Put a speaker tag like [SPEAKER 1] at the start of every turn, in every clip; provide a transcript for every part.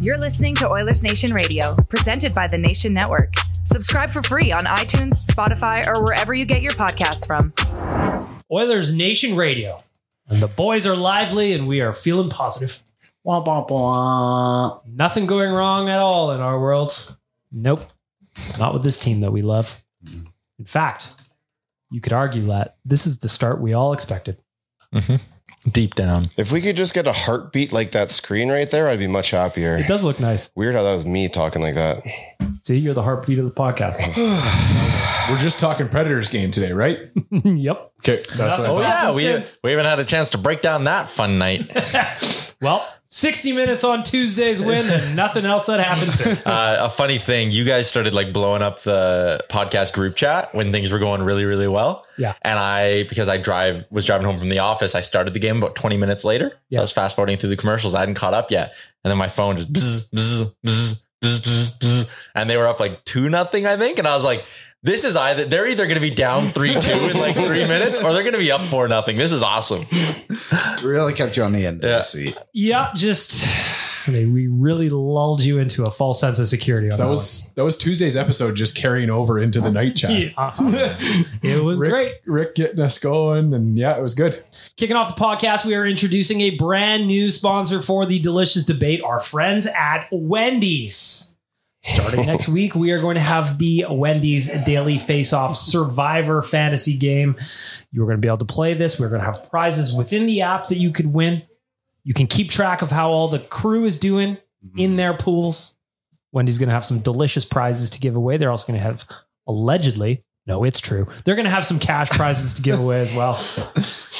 [SPEAKER 1] You're listening to Oilers Nation Radio, presented by the Nation Network. Subscribe for free on iTunes, Spotify, or wherever you get your podcasts from.
[SPEAKER 2] Oilers Nation Radio. And the boys are lively and we are feeling positive.
[SPEAKER 3] Wah, wah, wah.
[SPEAKER 2] Nothing going wrong at all in our world. Nope. Not with this team that we love. In fact, you could argue that this is the start we all expected.
[SPEAKER 4] Deep down.
[SPEAKER 5] If we could just get a heartbeat like that screen right there, I'd be much happier.
[SPEAKER 2] It does look nice.
[SPEAKER 5] Weird how that was me talking like that.
[SPEAKER 2] See, you're the heartbeat of the podcast.
[SPEAKER 6] We're just talking Predators game today, right?
[SPEAKER 2] yep.
[SPEAKER 6] Okay, that's what I
[SPEAKER 4] Oh
[SPEAKER 6] thought.
[SPEAKER 4] yeah, we
[SPEAKER 2] Since-
[SPEAKER 4] we haven't had a chance to break down that fun night.
[SPEAKER 2] Well, 60 minutes on Tuesday's win and nothing else that happened since.
[SPEAKER 4] Uh, a funny thing, you guys started like blowing up the podcast group chat when things were going really, really well.
[SPEAKER 2] Yeah.
[SPEAKER 4] And I, because I drive was driving home from the office, I started the game about 20 minutes later. So
[SPEAKER 2] Yeah.
[SPEAKER 4] I was fast forwarding through the commercials. I hadn't caught up yet, and then my phone just bzz, bzz, bzz, bzz, bzz, bzz, and they were up like two nothing, I think, and I was like. This is either they're either going to be down three two in like three minutes, or they're going to be up four nothing. This is awesome.
[SPEAKER 3] Really kept you on the end of
[SPEAKER 4] Yeah.
[SPEAKER 3] the seat.
[SPEAKER 2] Yeah, just I mean, we really lulled you into a false sense of security. On that,
[SPEAKER 6] That was that was Tuesday's episode just carrying over into the night
[SPEAKER 2] one.
[SPEAKER 6] chat.
[SPEAKER 2] Yeah, uh-huh. it was
[SPEAKER 6] Rick,
[SPEAKER 2] great.
[SPEAKER 6] Rick getting us going, and yeah, it was good.
[SPEAKER 2] Kicking off the podcast, we are introducing a brand new sponsor for the delicious debate. Our friends at Wendy's. Starting next week, we are going to have the Wendy's Daily Face Off Survivor Fantasy Game. You're going to be able to play this. We're going to have prizes within the app that you could win. You can keep track of how all the crew is doing
[SPEAKER 5] Mm-hmm.
[SPEAKER 2] in their pools. Wendy's going to have some delicious prizes to give away. They're also going to have, allegedly, no, it's true. They're going to have some cash prizes to give away as well.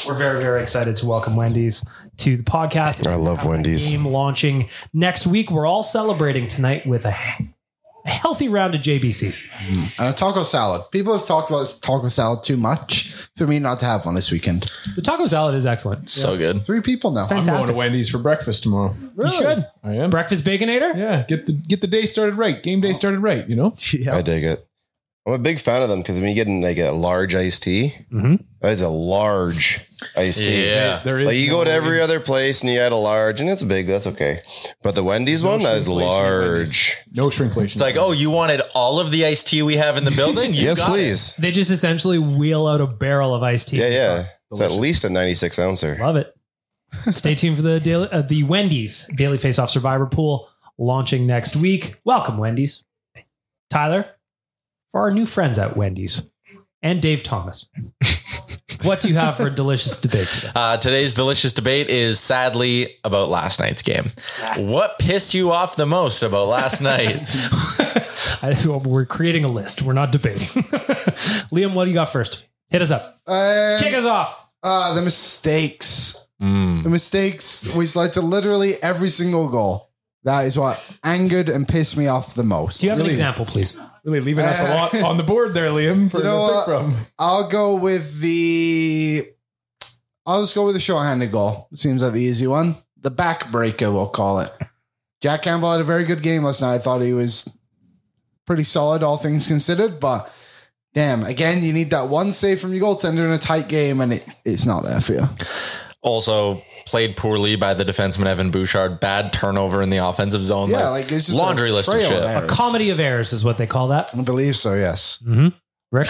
[SPEAKER 2] We're very, very excited to welcome Wendy's to the podcast.
[SPEAKER 5] I love Wendy's.
[SPEAKER 2] Game launching next week. We're all celebrating tonight with a, a healthy round of JBCs.
[SPEAKER 3] Mm-hmm. And a taco salad. People have talked about this taco salad too much for me not to have one this weekend.
[SPEAKER 2] The taco salad is excellent.
[SPEAKER 4] So good.
[SPEAKER 3] Three people now.
[SPEAKER 2] Fan-
[SPEAKER 6] I'm going to
[SPEAKER 2] Fantastic.
[SPEAKER 6] Wendy's for breakfast tomorrow.
[SPEAKER 2] You should.
[SPEAKER 6] I am.
[SPEAKER 2] Breakfast Baconator?
[SPEAKER 6] Yeah, get the get the day started right. Game day started right. You know,
[SPEAKER 5] I
[SPEAKER 3] Yeah.
[SPEAKER 5] dig it. I'm a big fan of them because when you get in like a large iced tea,
[SPEAKER 2] Mhm.
[SPEAKER 5] that is a large iced tea.
[SPEAKER 4] Yeah.
[SPEAKER 6] Mm-hmm. there is.
[SPEAKER 5] Like you
[SPEAKER 6] no
[SPEAKER 5] go to every
[SPEAKER 6] way-
[SPEAKER 5] other place and you had a large, and it's big. That's okay. But the Wendy's one that is
[SPEAKER 6] shrinkflation at
[SPEAKER 5] large.
[SPEAKER 6] no shrinkflation.
[SPEAKER 4] It's like, oh, you wanted all of the iced tea we have in the building? You
[SPEAKER 5] yes,
[SPEAKER 4] got it.
[SPEAKER 5] please.
[SPEAKER 2] They just essentially wheel out a barrel of iced tea.
[SPEAKER 5] Yeah, yeah. It's at
[SPEAKER 6] Delicious.
[SPEAKER 5] least a 96 ouncer.
[SPEAKER 2] Love it. Stay tuned for the daily, uh, the Wendy's Daily Face Off Survivor Pool launching next week. Welcome, Wendy's. Tyler, for our new friends at Wendy's, and Dave Thomas. What do you have for a delicious debate today?
[SPEAKER 4] Uh, today's delicious debate is sadly about last night's game. What pissed you off the most about last night?
[SPEAKER 2] I, we're creating a list. We're not debating. Liam, what do you got first? Hit us up.
[SPEAKER 3] Um,
[SPEAKER 2] Kick us off.
[SPEAKER 3] uh, the mistakes.
[SPEAKER 4] Mm.
[SPEAKER 3] The mistakes which led to literally every single goal. That is what angered and pissed me off the most.
[SPEAKER 2] Do you have an
[SPEAKER 6] Really?
[SPEAKER 2] example, please?
[SPEAKER 6] Really leaving us a lot on the board there, Liam, for
[SPEAKER 3] You know
[SPEAKER 6] to
[SPEAKER 3] what?
[SPEAKER 6] pick from.
[SPEAKER 3] I'll go with the. I'll just go with the shorthanded goal. Seems like the easy one. The backbreaker, we'll call it. Jack Campbell had a very good game last night. I thought he was pretty solid, all things considered. But damn, again, you need that one save from your goaltender in a tight game, and it, it's not there for you.
[SPEAKER 4] also played poorly by the defenseman Evan Bouchard. Bad turnover in the offensive zone.
[SPEAKER 3] Yeah, like it's just
[SPEAKER 4] laundry
[SPEAKER 3] a
[SPEAKER 4] list of
[SPEAKER 3] trail
[SPEAKER 4] shit.
[SPEAKER 3] there.
[SPEAKER 2] A comedy of errors is what they call that. Mm-hmm.
[SPEAKER 3] I believe so. Yes.
[SPEAKER 2] Rick?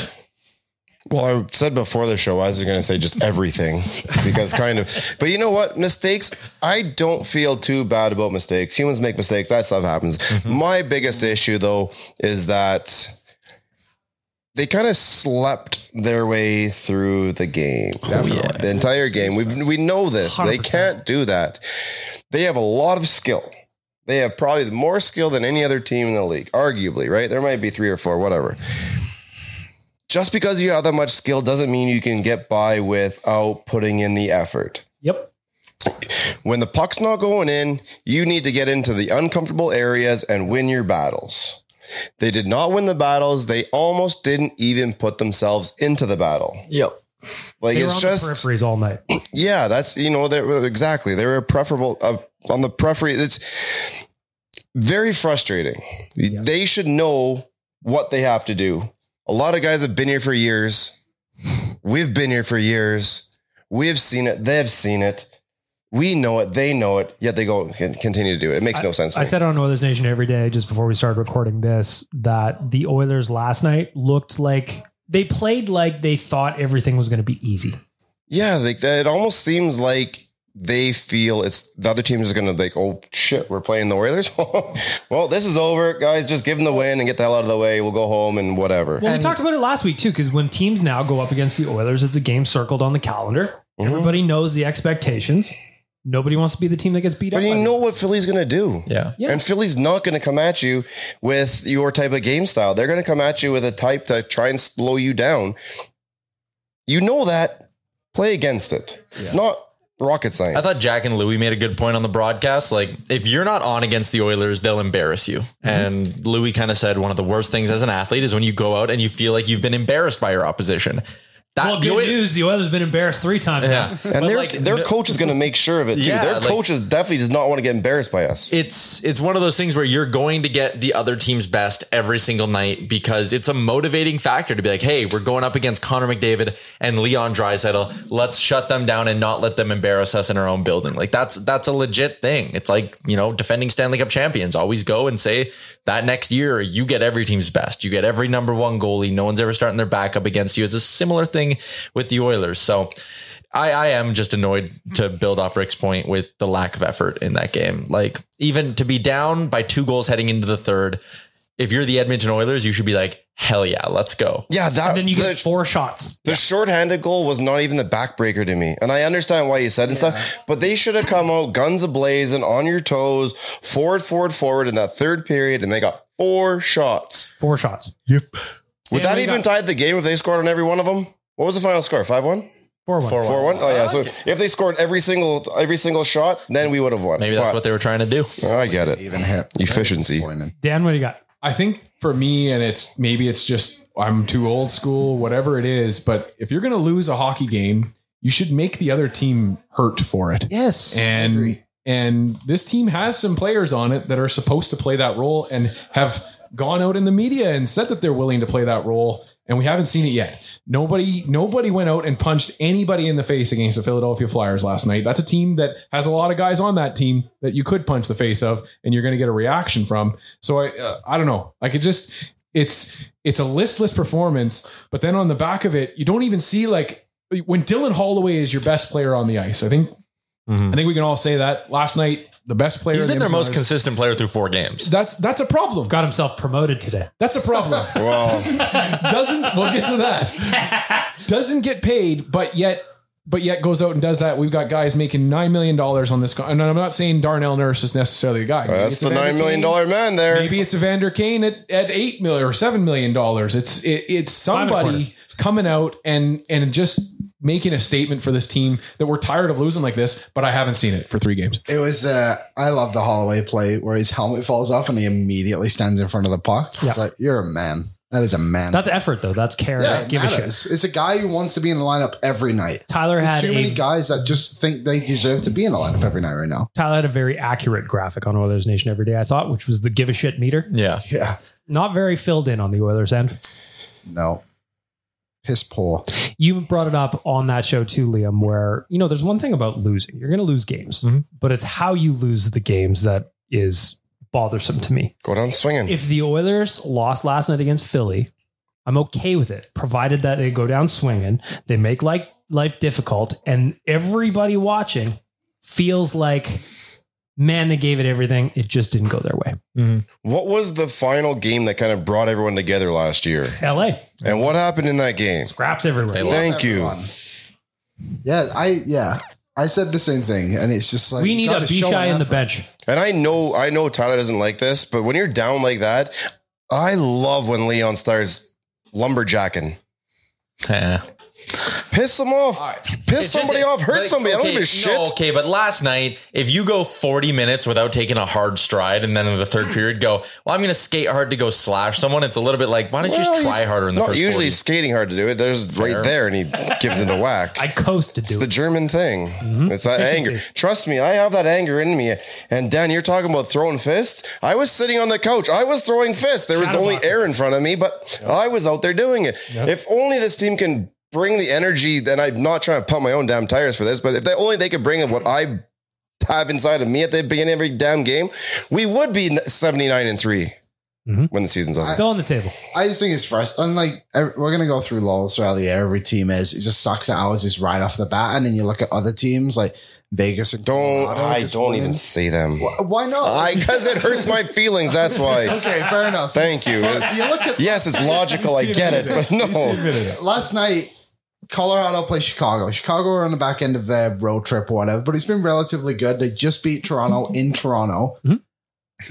[SPEAKER 5] Well, I said before the show, I was going to say just everything because kind of, but you know what? Mistakes, I don't feel too bad about mistakes. Humans make mistakes. That stuff happens. My biggest issue though is that they kind of slept their way through the game. Definitely. The entire game. We've, we know this. They
[SPEAKER 2] 100%.
[SPEAKER 5] can't do that. They have a lot of skill. They have probably more skill than any other team in the league, arguably, right? There might be three or four, whatever just because you have that much skill doesn't mean you can get by without putting in the effort.
[SPEAKER 2] Yep.
[SPEAKER 5] When the puck's not going in, you need to get into the uncomfortable areas and win your battles. They did not win the battles. They almost didn't even put themselves into the battle.
[SPEAKER 4] Yep.
[SPEAKER 5] Like
[SPEAKER 2] They were
[SPEAKER 5] it's
[SPEAKER 2] on the
[SPEAKER 5] just
[SPEAKER 2] peripheries all night.
[SPEAKER 5] yeah, that's you know they're, exactly they were preferable uh, on the periphery. It's very frustrating. They should know what they have to do. A lot of guys have been here for years. We've been here for years. We've seen it. They've seen it. We know it. They know it. Yet they go and con- continue to do it. It makes no sense. to
[SPEAKER 2] I
[SPEAKER 5] me.
[SPEAKER 2] said on Oilers Nation every day just before we started recording this that the Oilers last night looked like they played like they thought everything was going to be easy.
[SPEAKER 5] Yeah, like that. It almost seems like they feel it's the other team is going to be like, oh shit, we're playing the Oilers. well, this is over, guys. Just give them the win and get the hell out of the way. We'll go home and whatever.
[SPEAKER 2] Well, we talked about it last week too, because when teams now go up against the Oilers, it's a game circled on the calendar.
[SPEAKER 5] Mm-hmm.
[SPEAKER 2] Everybody knows the expectations. Nobody wants to be the team that gets beat
[SPEAKER 5] But
[SPEAKER 2] up.
[SPEAKER 5] you
[SPEAKER 2] by
[SPEAKER 5] know
[SPEAKER 2] them.
[SPEAKER 5] what Philly's going to do.
[SPEAKER 4] Yeah.
[SPEAKER 2] Yeah.
[SPEAKER 5] And Philly's not going to come at you with your type of game style. They're going to come at you with a type to try and slow you down. You know that. Play against it. It's not rocket science.
[SPEAKER 4] I thought Jack and Louie made a good point on the broadcast. Like, if you're not on against the Oilers, they'll embarrass you. And Louie kind of said one of the worst things as an athlete is when you go out and you feel like you've been embarrassed by your opposition. That
[SPEAKER 2] well,
[SPEAKER 4] the
[SPEAKER 2] good
[SPEAKER 4] Oil-
[SPEAKER 2] news. The Oilers have been embarrassed three times. now.
[SPEAKER 4] Yeah.
[SPEAKER 5] and
[SPEAKER 4] But,
[SPEAKER 5] their,
[SPEAKER 4] like,
[SPEAKER 5] their
[SPEAKER 4] no-
[SPEAKER 5] coach is going to make sure of it too.
[SPEAKER 4] Yeah,
[SPEAKER 5] their
[SPEAKER 4] like-
[SPEAKER 5] coach is definitely does not want to get embarrassed by us.
[SPEAKER 4] it's it's one of those things where you're going to get the other team's best every single night because it's a motivating factor to be like, hey, we're going up against Connor McDavid and Leon Drysettle. Let's shut them down and not let them embarrass us in our own building. Like that's that's a legit thing. It's like you know, defending Stanley Cup champions always go and say that next year you get every team's best. You get every number one goalie. No one's ever starting their back up against you. It's a similar thing with the Oilers. So I, I am just annoyed to build off Rick's point with the lack of effort in that game. Like, even to be down by two goals heading into the third, if you're the Edmonton Oilers, you should be like, hell yeah, let's go.
[SPEAKER 5] Yeah, that
[SPEAKER 2] And then you
[SPEAKER 5] the,
[SPEAKER 2] get four shots.
[SPEAKER 5] the shorthanded goal was not even the backbreaker to me. And I understand why you said and stuff, but they should have come out guns ablaze and on your toes, forward, forward, forward in that third period, and they got four shots.
[SPEAKER 2] Four shots.
[SPEAKER 5] Would
[SPEAKER 2] Yeah,
[SPEAKER 5] that
[SPEAKER 2] we
[SPEAKER 5] even tie the game if they scored on every one of them? What was the final score? Five one?
[SPEAKER 2] Four one.
[SPEAKER 5] Four one? Oh yeah. So if they scored every single every single shot, then we would have won.
[SPEAKER 4] Maybe that's
[SPEAKER 5] But-
[SPEAKER 4] what they were trying to do.
[SPEAKER 5] Oh, I get it.
[SPEAKER 3] Even hit
[SPEAKER 5] Efficiency.
[SPEAKER 3] Disappointing.
[SPEAKER 2] Dan, what do you got?
[SPEAKER 6] I think for me, and it's maybe it's just I'm too old school, whatever it is. But if you're going to lose a hockey game, you should make the other team hurt for it.
[SPEAKER 3] Yes.
[SPEAKER 6] and and this team has some players on it that are supposed to play that role and have gone out in the media and said that they're willing to play that role and we haven't seen it yet. Nobody nobody went out and punched anybody in the face against the Philadelphia Flyers last night. That's a team that has a lot of guys on that team that you could punch the face of and you're going to get a reaction from. So I uh, I don't know. I could just it's it's a listless performance, but then on the back of it, you don't even see like
[SPEAKER 5] Mm-hmm.
[SPEAKER 6] when Dylan Holloway is your best player on the ice. I think I think we can all say that last night the best player.
[SPEAKER 4] He's
[SPEAKER 6] in
[SPEAKER 4] been
[SPEAKER 6] the
[SPEAKER 4] their most
[SPEAKER 6] MSNR.
[SPEAKER 4] consistent player through four games.
[SPEAKER 6] That's that's a problem.
[SPEAKER 2] Got himself promoted today.
[SPEAKER 6] That's a problem.
[SPEAKER 5] Well,
[SPEAKER 6] doesn't we'll get to that. Doesn't get paid, but yet but yet goes out and does that. We've got guys making nine million dollars on this. Con- and I'm not saying Darnell Nurse is necessarily the guy. Maybe
[SPEAKER 5] that's
[SPEAKER 6] it's
[SPEAKER 5] the
[SPEAKER 6] Evander
[SPEAKER 5] nine million
[SPEAKER 6] Kane.
[SPEAKER 5] dollar man there.
[SPEAKER 6] Maybe it's Evander Kane at, at eight million or seven million dollars. It's it, it's
[SPEAKER 2] and a
[SPEAKER 6] somebody coming out and and just making a statement for this team that we're tired of losing like this. But I haven't seen it for three games.
[SPEAKER 3] It was. Uh, I love the Holloway play where his helmet falls off and he immediately stands in front of the puck. It's like you're a man. That is a man.
[SPEAKER 2] That's effort though. That's care.
[SPEAKER 3] yeah,
[SPEAKER 2] That's
[SPEAKER 3] it
[SPEAKER 2] give a shit.
[SPEAKER 3] matters. It's a guy who wants to be in the lineup every night.
[SPEAKER 2] Tyler
[SPEAKER 3] There's
[SPEAKER 2] had
[SPEAKER 3] too many
[SPEAKER 2] a
[SPEAKER 3] guys that just think they deserve to be in the lineup every night right now.
[SPEAKER 2] Tyler had a very accurate graphic on Oilers Nation every day. I thought, which was the give a shit meter.
[SPEAKER 4] Yeah.
[SPEAKER 3] Yeah.
[SPEAKER 2] Not very filled in on the Oilers end.
[SPEAKER 3] No. Piss poor.
[SPEAKER 2] you brought it up on that show too, Liam, where, you know, there's one thing about losing. You're going to lose games,
[SPEAKER 5] Mm-hmm.
[SPEAKER 4] Mhm.
[SPEAKER 2] but it's how you lose the games that is bothersome to me.
[SPEAKER 5] Go down swinging.
[SPEAKER 2] If the Oilers lost last night against Philly, I'm okay with it, provided that they go down swinging, they make like life difficult, and everybody watching feels like, man, they gave it everything. It just didn't go their way.
[SPEAKER 5] What was the final game that kind of brought everyone together last year?
[SPEAKER 2] LA
[SPEAKER 5] And what happened in that game?
[SPEAKER 2] scraps everywhere.
[SPEAKER 4] They
[SPEAKER 5] Thank
[SPEAKER 3] Loves
[SPEAKER 5] you.
[SPEAKER 3] everyone. Yeah, I yeah. I said the same thing, and it's just like
[SPEAKER 2] we need a
[SPEAKER 3] gotta show
[SPEAKER 2] Bishai in the
[SPEAKER 3] enough.
[SPEAKER 2] bench.
[SPEAKER 5] And I know, I know Tyler doesn't like this, but when you're down like that, I love when Leon starts lumberjacking.
[SPEAKER 4] Eh.
[SPEAKER 5] Piss them off. Piss
[SPEAKER 4] It's just-
[SPEAKER 5] somebody off. Hurt
[SPEAKER 4] like,
[SPEAKER 5] somebody. I don't
[SPEAKER 4] okay,
[SPEAKER 5] give a shit.
[SPEAKER 4] No, okay, but last night, if you go 40 minutes without taking a hard stride and then in the third period go, well, I'm going to skate hard to go slash someone, it's a little bit like, why don't you
[SPEAKER 5] Well,
[SPEAKER 4] just try
[SPEAKER 5] you-
[SPEAKER 4] harder in the
[SPEAKER 5] Not
[SPEAKER 4] first
[SPEAKER 5] usually
[SPEAKER 4] 40?
[SPEAKER 5] skating hard to do it. There's right there, and he gives it a whack.
[SPEAKER 2] I coast to
[SPEAKER 5] It's
[SPEAKER 2] do
[SPEAKER 5] the
[SPEAKER 2] it. Mm-hmm.
[SPEAKER 5] German thing. It's that
[SPEAKER 2] Efficiency.
[SPEAKER 5] anger. Trust me, I have that anger in me. And Dan, you're talking about throwing fists. I was sitting on the couch. I was throwing fists. There was
[SPEAKER 2] Shadow
[SPEAKER 5] only
[SPEAKER 2] boxing.
[SPEAKER 5] air in front of me, but I was out there doing it. If only this team can bring the energy, then I'm not trying to pump my own damn tires for this, but if they, only they could bring of what I have inside of me at the beginning of every damn game, we would be 79 and 3
[SPEAKER 2] Mhm.
[SPEAKER 5] when the season's over.
[SPEAKER 2] Still on the table.
[SPEAKER 3] I just think it's frustrating. Like ev- we're gonna go through lulls throughout the year. Every team is. It just sucks that ours is right off the bat, and then you look at other teams like Vegas and
[SPEAKER 5] Don't
[SPEAKER 3] Colorado
[SPEAKER 5] I
[SPEAKER 3] just
[SPEAKER 5] don't even
[SPEAKER 3] winning.
[SPEAKER 5] see them.
[SPEAKER 3] Wh- Why not?
[SPEAKER 5] I because it hurts my feelings. That's why.
[SPEAKER 3] okay, fair enough.
[SPEAKER 5] Thank you.
[SPEAKER 3] you look at
[SPEAKER 5] Yes, it's logical. I get it, but no.
[SPEAKER 3] last night. Colorado plays Chicago. Chicago are on the back end of their road trip or whatever, but it's been relatively good. They just beat Toronto in Toronto.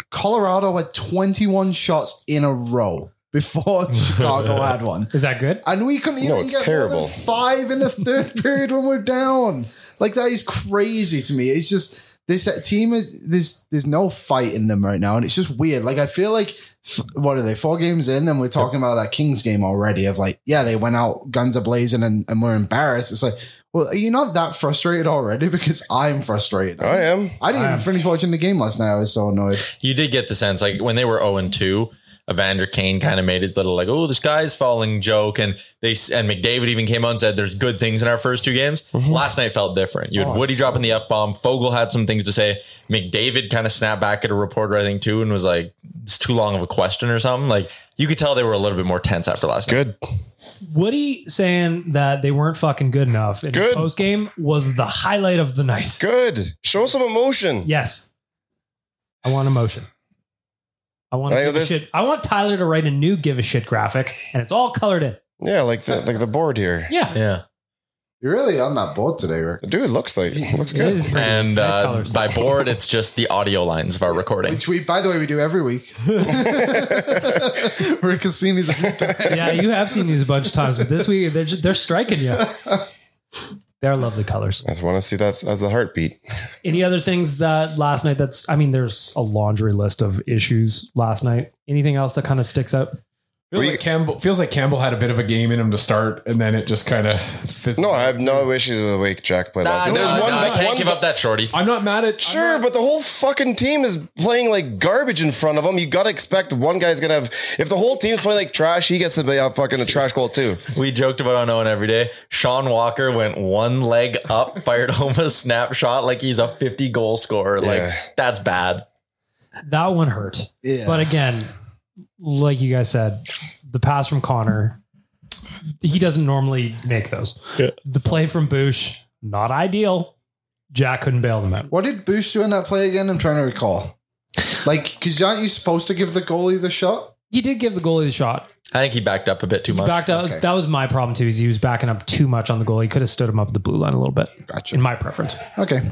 [SPEAKER 3] Colorado had 21 shots in a row before Chicago had one.
[SPEAKER 2] Is that good?
[SPEAKER 3] And we couldn't even
[SPEAKER 5] No, it's
[SPEAKER 3] get
[SPEAKER 5] terrible.
[SPEAKER 3] More than five in the third period when we're down. Like that is crazy to me. It's just this uh, team is there's there's no fight in them right now, and it's just weird. Like I feel like f- what are they four games in, and we're talking about that Kings game already. Of like, yeah, they went out guns a blazing, and, and we're embarrassed. It's like, well, are you not that frustrated already? Because I'm frustrated.
[SPEAKER 5] I am.
[SPEAKER 3] I didn't even finish watching the game last night. I was so annoyed.
[SPEAKER 4] you did get the sense like when they were 0 and 2 Evander Kane kind of made his little like oh the sky's falling joke and they and McDavid even came on and said there's good things in our first two games last night felt different you had Woody dropping the F bomb Fogel had some things to say McDavid kind of snapped back at a reporter I think too and was like it's too long of a question or something like you could tell they were a little bit more tense after last night
[SPEAKER 5] Good.
[SPEAKER 2] Woody saying that they weren't fucking good enough in the
[SPEAKER 5] Good.
[SPEAKER 2] post game was the highlight of the night.
[SPEAKER 5] Good. Show some emotion.
[SPEAKER 2] Yes. I want emotion. I want to
[SPEAKER 5] I know
[SPEAKER 2] give a
[SPEAKER 5] this-
[SPEAKER 2] shit. I want Tyler to write a new give a shit graphic and it's all colored in.
[SPEAKER 5] Yeah, like the like the board here.
[SPEAKER 2] Yeah.
[SPEAKER 4] yeah
[SPEAKER 3] You're really on that board today, Rick.
[SPEAKER 5] Dude, looks like looks
[SPEAKER 2] It
[SPEAKER 5] good.
[SPEAKER 2] is pretty.
[SPEAKER 4] and
[SPEAKER 2] Nice
[SPEAKER 4] uh,
[SPEAKER 2] colours.
[SPEAKER 4] by board it's just the audio lines of our recording
[SPEAKER 3] Which we, by the way, we do every week. Rick has seen these a few times.
[SPEAKER 2] yeah, you have seen these a bunch of times, but this week they're just, they're striking you. They're lovely colors.
[SPEAKER 5] I just want to see that as a heartbeat.
[SPEAKER 2] Any other things that last night that's I mean, there's a laundry list of issues last night. Anything else that kind of sticks out?
[SPEAKER 6] Feels like Campbell feels like Campbell had a bit of a game in him to start, and then it just kind of.
[SPEAKER 5] No, I have no issues with the way Jack played last
[SPEAKER 4] Nah,
[SPEAKER 5] night. There's
[SPEAKER 4] nah,
[SPEAKER 5] one,
[SPEAKER 4] nah, I
[SPEAKER 5] like,
[SPEAKER 4] can't
[SPEAKER 5] one-
[SPEAKER 4] give up that shorty
[SPEAKER 6] I'm not mad at. I'm
[SPEAKER 5] Sure,
[SPEAKER 6] not-
[SPEAKER 5] but the whole fucking team is playing like garbage in front of him. You gotta expect one guy's gonna have. If the whole team's playing like trash, he gets to be a fucking a trash goal too.
[SPEAKER 4] We joked about on Owen every day. Sean Walker went one leg up, fired home a snapshot like he's a 50 goal scorer. Like
[SPEAKER 5] Yeah.
[SPEAKER 4] that's bad.
[SPEAKER 2] That one hurt.
[SPEAKER 3] Yeah.
[SPEAKER 2] But again, like you guys said, the pass from Connor, he doesn't normally make those. The play from Boosh, not ideal. Jack couldn't bail them out.
[SPEAKER 3] What did Boosh do in that play again? I'm trying to recall. Like, because aren't you supposed to give the goalie the shot?
[SPEAKER 2] You did give the goalie the shot.
[SPEAKER 4] I think he backed up a bit too
[SPEAKER 2] He
[SPEAKER 4] much.
[SPEAKER 2] backed up.
[SPEAKER 3] Okay.
[SPEAKER 2] That was my problem too. Is he was backing up too much on the goal. He could have stood him up at the blue line a little bit.
[SPEAKER 3] Gotcha.
[SPEAKER 2] In my preference,
[SPEAKER 3] Okay.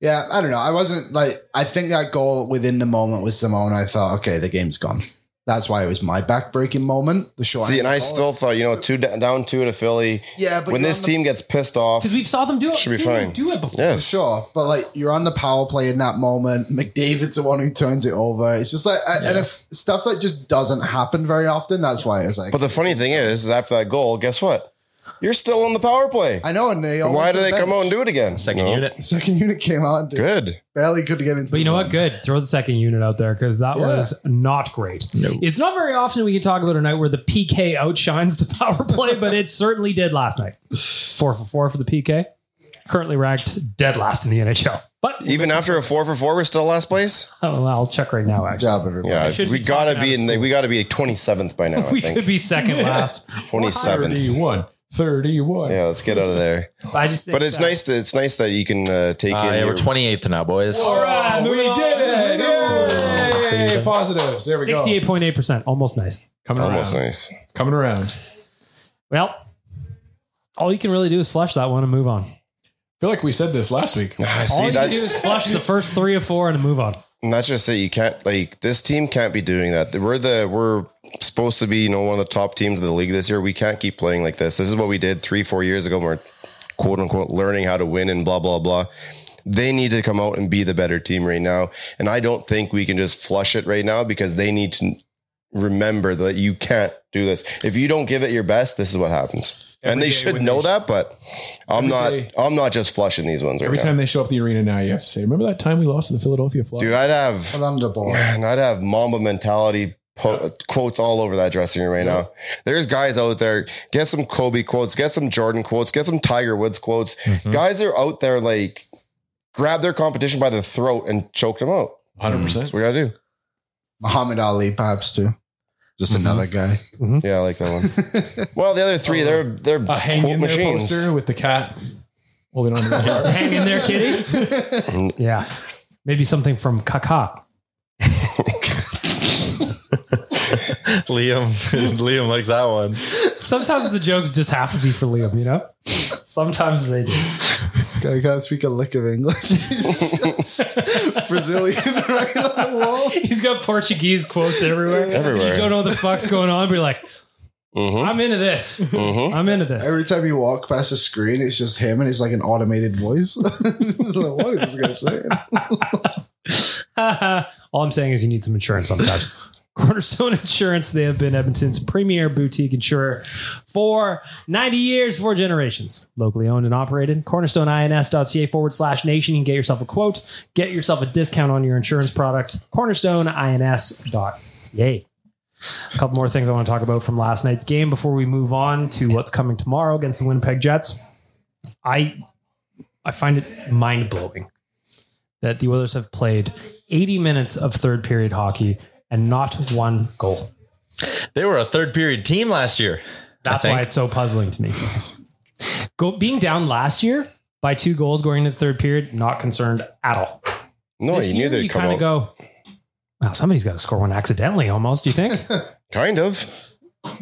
[SPEAKER 3] Yeah, I don't know. I wasn't like, I think that goal within the moment was the moment I thought, okay, the game's gone. That's why it was my backbreaking moment. The short.
[SPEAKER 5] See, and I
[SPEAKER 3] call.
[SPEAKER 5] still thought, you know, two da- down two to Philly.
[SPEAKER 3] Yeah, but
[SPEAKER 5] when
[SPEAKER 3] you're
[SPEAKER 5] this
[SPEAKER 3] on the-
[SPEAKER 5] team gets pissed off,
[SPEAKER 2] because we saw them do it.
[SPEAKER 5] should be
[SPEAKER 2] seen them
[SPEAKER 5] fine.
[SPEAKER 2] Do it before.
[SPEAKER 5] Yes.
[SPEAKER 3] Sure, but like you're on the power play in that moment. McDavid's the one who turns it over. It's just like, and if stuff that just doesn't happen very often, that's why it's like.
[SPEAKER 5] But the funny thing is, is after that goal, guess what? You're still on the power play.
[SPEAKER 3] I know, and they all
[SPEAKER 5] Why
[SPEAKER 3] went
[SPEAKER 5] do
[SPEAKER 3] to
[SPEAKER 5] they
[SPEAKER 3] the
[SPEAKER 5] come
[SPEAKER 3] bench.
[SPEAKER 5] out and do it again?
[SPEAKER 4] Second
[SPEAKER 5] No.
[SPEAKER 4] unit.
[SPEAKER 3] Second unit came out and did,
[SPEAKER 5] Good.
[SPEAKER 3] barely could get into.
[SPEAKER 2] But you
[SPEAKER 3] the
[SPEAKER 2] know what?
[SPEAKER 3] zone.
[SPEAKER 2] Good. Throw the second unit out there because that
[SPEAKER 3] Yeah.
[SPEAKER 2] was not great. It's not very often we can talk about a night where the PK outshines the power play, but it certainly did last night. Four for four for the PK. Currently ranked dead last in the NHL. But
[SPEAKER 5] Even after a four for four, we're still last place.
[SPEAKER 2] oh, well, I'll check right now,
[SPEAKER 3] Good
[SPEAKER 2] actually.
[SPEAKER 3] job, everybody.
[SPEAKER 5] Yeah,
[SPEAKER 2] should
[SPEAKER 5] we
[SPEAKER 2] be
[SPEAKER 5] gotta
[SPEAKER 2] talking out
[SPEAKER 5] be
[SPEAKER 2] of
[SPEAKER 5] in. The, we gotta be twenty seventh by now. I
[SPEAKER 2] we
[SPEAKER 5] think
[SPEAKER 2] could be second last.
[SPEAKER 5] twenty seventh.
[SPEAKER 6] 31. 31.
[SPEAKER 5] Yeah, let's get out of there.
[SPEAKER 2] But I just think
[SPEAKER 5] But it's
[SPEAKER 2] that-
[SPEAKER 5] nice. That, it's nice that you can uh, take
[SPEAKER 4] Uh,
[SPEAKER 5] in.
[SPEAKER 4] yeah,
[SPEAKER 5] your-
[SPEAKER 4] we're 28th now, boys.
[SPEAKER 6] All right,
[SPEAKER 2] Oh,
[SPEAKER 6] we
[SPEAKER 2] moving on.
[SPEAKER 6] did
[SPEAKER 2] Moving on.
[SPEAKER 6] it. Yay, positives. There we go.
[SPEAKER 2] 68.8%. Almost nice.
[SPEAKER 6] Coming
[SPEAKER 5] Almost
[SPEAKER 6] around.
[SPEAKER 5] nice.
[SPEAKER 6] Coming around.
[SPEAKER 2] Well, all you can really do is flush that one and move on.
[SPEAKER 6] I feel like we said this last week.
[SPEAKER 5] Ah,
[SPEAKER 2] All
[SPEAKER 5] see,
[SPEAKER 2] you can do is
[SPEAKER 5] that's
[SPEAKER 2] flush the first three or four and move on.
[SPEAKER 5] and that's just it. You can't like this team can't be doing that. We're the we're supposed to be you know one of the top teams of the league this year. We can't keep playing like this. This is what we did three four years ago. when We're quote unquote learning how to win and blah blah blah. They need to come out and be the better team right now. And I don't think we can just flush it right now because they need to remember that you can't do this. If you don't give it your best, this is what happens. and
[SPEAKER 6] Every
[SPEAKER 5] they
[SPEAKER 6] day
[SPEAKER 5] should
[SPEAKER 6] when
[SPEAKER 5] know
[SPEAKER 6] they-
[SPEAKER 5] that, but I'm
[SPEAKER 6] Every
[SPEAKER 5] not
[SPEAKER 6] day.
[SPEAKER 5] I'm not just flushing these ones right
[SPEAKER 6] Every
[SPEAKER 5] now.
[SPEAKER 6] time they show up the arena now, you have to say, "Remember that time we lost to the Philadelphia Flyers?"
[SPEAKER 5] Dude, I'd have
[SPEAKER 3] Put on the ball.
[SPEAKER 5] Man, I'd have Mamba mentality po- quotes all over that dressing room right now. There's guys out there. Get some Kobe quotes. Get some Jordan quotes. Get some Tiger Woods quotes. Guys are out there like grab their competition by the throat and choke them out.
[SPEAKER 6] Hundred percent.
[SPEAKER 5] That's what we gotta do.
[SPEAKER 3] Muhammad Ali, perhaps too. Just
[SPEAKER 4] Mm-hmm.
[SPEAKER 3] another guy.
[SPEAKER 5] Yeah, I like that one. well, the other three, they're they're
[SPEAKER 6] A hang
[SPEAKER 5] quote
[SPEAKER 6] in there
[SPEAKER 5] machines.
[SPEAKER 6] poster with the cat holding on to the heart.
[SPEAKER 2] Hang in there, kitty. yeah. Maybe something from Kaka.
[SPEAKER 4] Liam, Liam likes that one.
[SPEAKER 2] Sometimes the jokes just have to be for Liam, you know? Sometimes they do.
[SPEAKER 3] I can't speak a lick of English. Brazilian right on the wall.
[SPEAKER 2] He's got Portuguese quotes everywhere.
[SPEAKER 5] Everywhere.
[SPEAKER 2] You don't know what the fuck's going on, but you're like,
[SPEAKER 5] Mhm.
[SPEAKER 2] I'm into this.
[SPEAKER 5] Mhm.
[SPEAKER 2] I'm into this.
[SPEAKER 3] Every time you walk past the screen, it's just him and it's like an automated voice. It's like, what is this guy saying?
[SPEAKER 2] All I'm saying is you need some insurance sometimes. Cornerstone Insurance, they have been Edmonton's premier boutique insurer for 90 years, four generations. Locally owned and operated. CornerstoneINS.ca forward slash nation. You can get yourself a quote, get yourself a discount on your insurance products. CornerstoneINS.ca. A couple more things I want to talk about from last night's game before we move on to what's coming tomorrow against the Winnipeg Jets. I I find it mind blowing that the Oilers have played 80 minutes of third period hockey and not one goal.
[SPEAKER 4] They were a third period team last year.
[SPEAKER 2] That's
[SPEAKER 4] I think.
[SPEAKER 2] why it's so puzzling to me. Go, being down last year by two goals going into the third period, not concerned at all.
[SPEAKER 5] No,
[SPEAKER 2] This
[SPEAKER 5] you knew
[SPEAKER 2] year,
[SPEAKER 5] they'd
[SPEAKER 2] you
[SPEAKER 5] come
[SPEAKER 2] kind
[SPEAKER 5] out.
[SPEAKER 2] of go, well, somebody's got to score one accidentally almost, do you think?
[SPEAKER 5] kind of.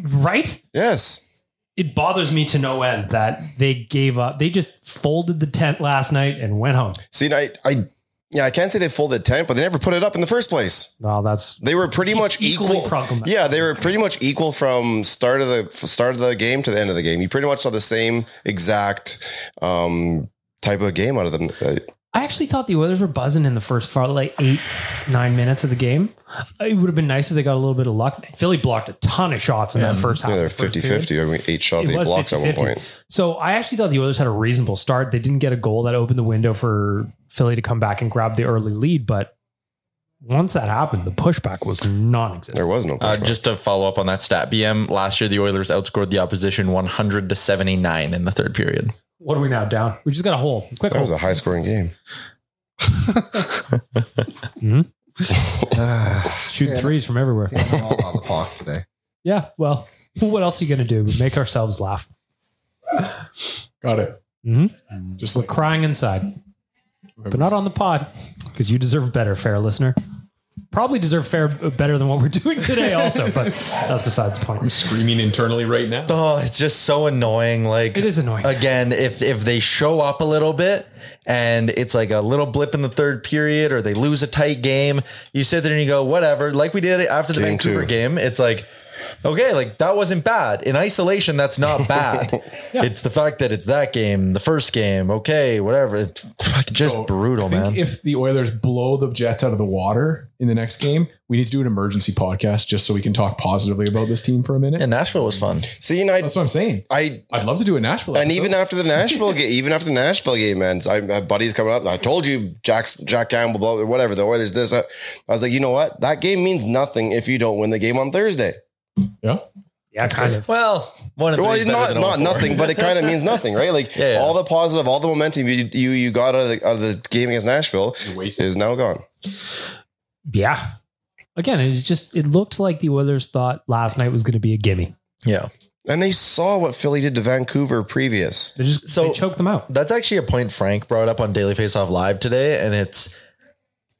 [SPEAKER 2] right?
[SPEAKER 5] Yes.
[SPEAKER 2] It bothers me to no end that they gave up. They just folded the tent last night and went home.
[SPEAKER 5] See, I, I, yeah, I can't say they folded tent, but they never put it up in the first place.
[SPEAKER 2] Well, that's e-,
[SPEAKER 5] They were pretty much
[SPEAKER 2] Equally
[SPEAKER 5] equal.
[SPEAKER 2] problematic.
[SPEAKER 5] Yeah, they were pretty much equal from start of the start of the game to the end of the game. You pretty much saw the same exact um, type of game out of them. Uh,
[SPEAKER 2] I actually thought the Oilers were buzzing in the first far, like eight, nine minutes of the game. It would have been nice if they got a little bit of luck. Philly blocked a ton of shots in that first half.
[SPEAKER 5] Yeah, they're
[SPEAKER 2] of the first
[SPEAKER 5] 50
[SPEAKER 2] period.
[SPEAKER 5] 50. I mean, eight shots,
[SPEAKER 2] It
[SPEAKER 5] eight
[SPEAKER 2] was
[SPEAKER 5] blocks at
[SPEAKER 2] 50-50.
[SPEAKER 5] one point.
[SPEAKER 2] So I actually thought the Oilers had a reasonable start. They didn't get a goal that opened the window for Philly to come back and grab the early lead, but once that happened, the pushback was non-existent.
[SPEAKER 5] There was no
[SPEAKER 4] Uh,
[SPEAKER 5] pushback.
[SPEAKER 4] just to follow up on that stat, BM last year the Oilers outscored the opposition 100 to 79 in the third period.
[SPEAKER 2] What are we now down? We just got a hole. Quick
[SPEAKER 5] that was
[SPEAKER 2] hole.
[SPEAKER 5] a high scoring game.
[SPEAKER 2] Hmm? Ah, Shooting threes from everywhere.
[SPEAKER 3] I'm all on the park today.
[SPEAKER 2] Yeah. Well, what else are you going to do but make ourselves laugh?
[SPEAKER 6] Got it. Mm.
[SPEAKER 2] Mhm.
[SPEAKER 6] Just like
[SPEAKER 2] Crying inside. but not on the pod because you deserve better, fair listener. Probably deserve fair uh, better than what we're doing today, also. But that's besides the point.
[SPEAKER 6] Screaming internally right now.
[SPEAKER 4] Oh, it's just so annoying. Like
[SPEAKER 2] It is annoying.
[SPEAKER 4] Again, if if they show up a little bit and it's like a little blip in the third period or they lose a tight game, you sit there and you go, whatever. Like we did after the
[SPEAKER 5] Game
[SPEAKER 4] Vancouver
[SPEAKER 5] two.
[SPEAKER 4] game, it's like, okay, like that wasn't bad. In isolation, that's not bad. It's the fact that it's that game, the first game, okay, whatever. It's fucking just
[SPEAKER 6] So,
[SPEAKER 4] brutal,
[SPEAKER 6] I think
[SPEAKER 4] man.
[SPEAKER 6] if the Oilers blow the Jets out of the water in the next game, we need to do an emergency podcast just so we can talk positively about this team for a minute.
[SPEAKER 4] and Nashville was fun.
[SPEAKER 5] See, and I,
[SPEAKER 6] That's what I'm saying.
[SPEAKER 5] I,
[SPEAKER 6] I'd love to do a Nashville.
[SPEAKER 5] and
[SPEAKER 6] episode.
[SPEAKER 5] even after the Nashville game, even after the Nashville game ends, I my buddies coming up. and I told you, Jack's Jack Campbell, blah, blah, whatever. The Oilers, this. that. I was like, you know what? That game means nothing if you don't win the game on Thursday.
[SPEAKER 6] yeah.
[SPEAKER 2] Yeah, kind of.
[SPEAKER 4] Well, one of the
[SPEAKER 5] Well, not not nothing, but it kind of means nothing, right? Like
[SPEAKER 4] Yeah, yeah.
[SPEAKER 5] all the positive, all the momentum you you you got out of the, out of the game against Nashville
[SPEAKER 6] wasted.
[SPEAKER 5] is now gone.
[SPEAKER 2] Yeah. Again, it just it looked like the Oilers thought last night was going to be a gimme.
[SPEAKER 4] Yeah.
[SPEAKER 5] And they saw what Philly did to Vancouver previous.
[SPEAKER 2] They just
[SPEAKER 4] So-
[SPEAKER 2] they choked them out.
[SPEAKER 4] That's actually a point Frank brought up on Daily Faceoff Live today, and it's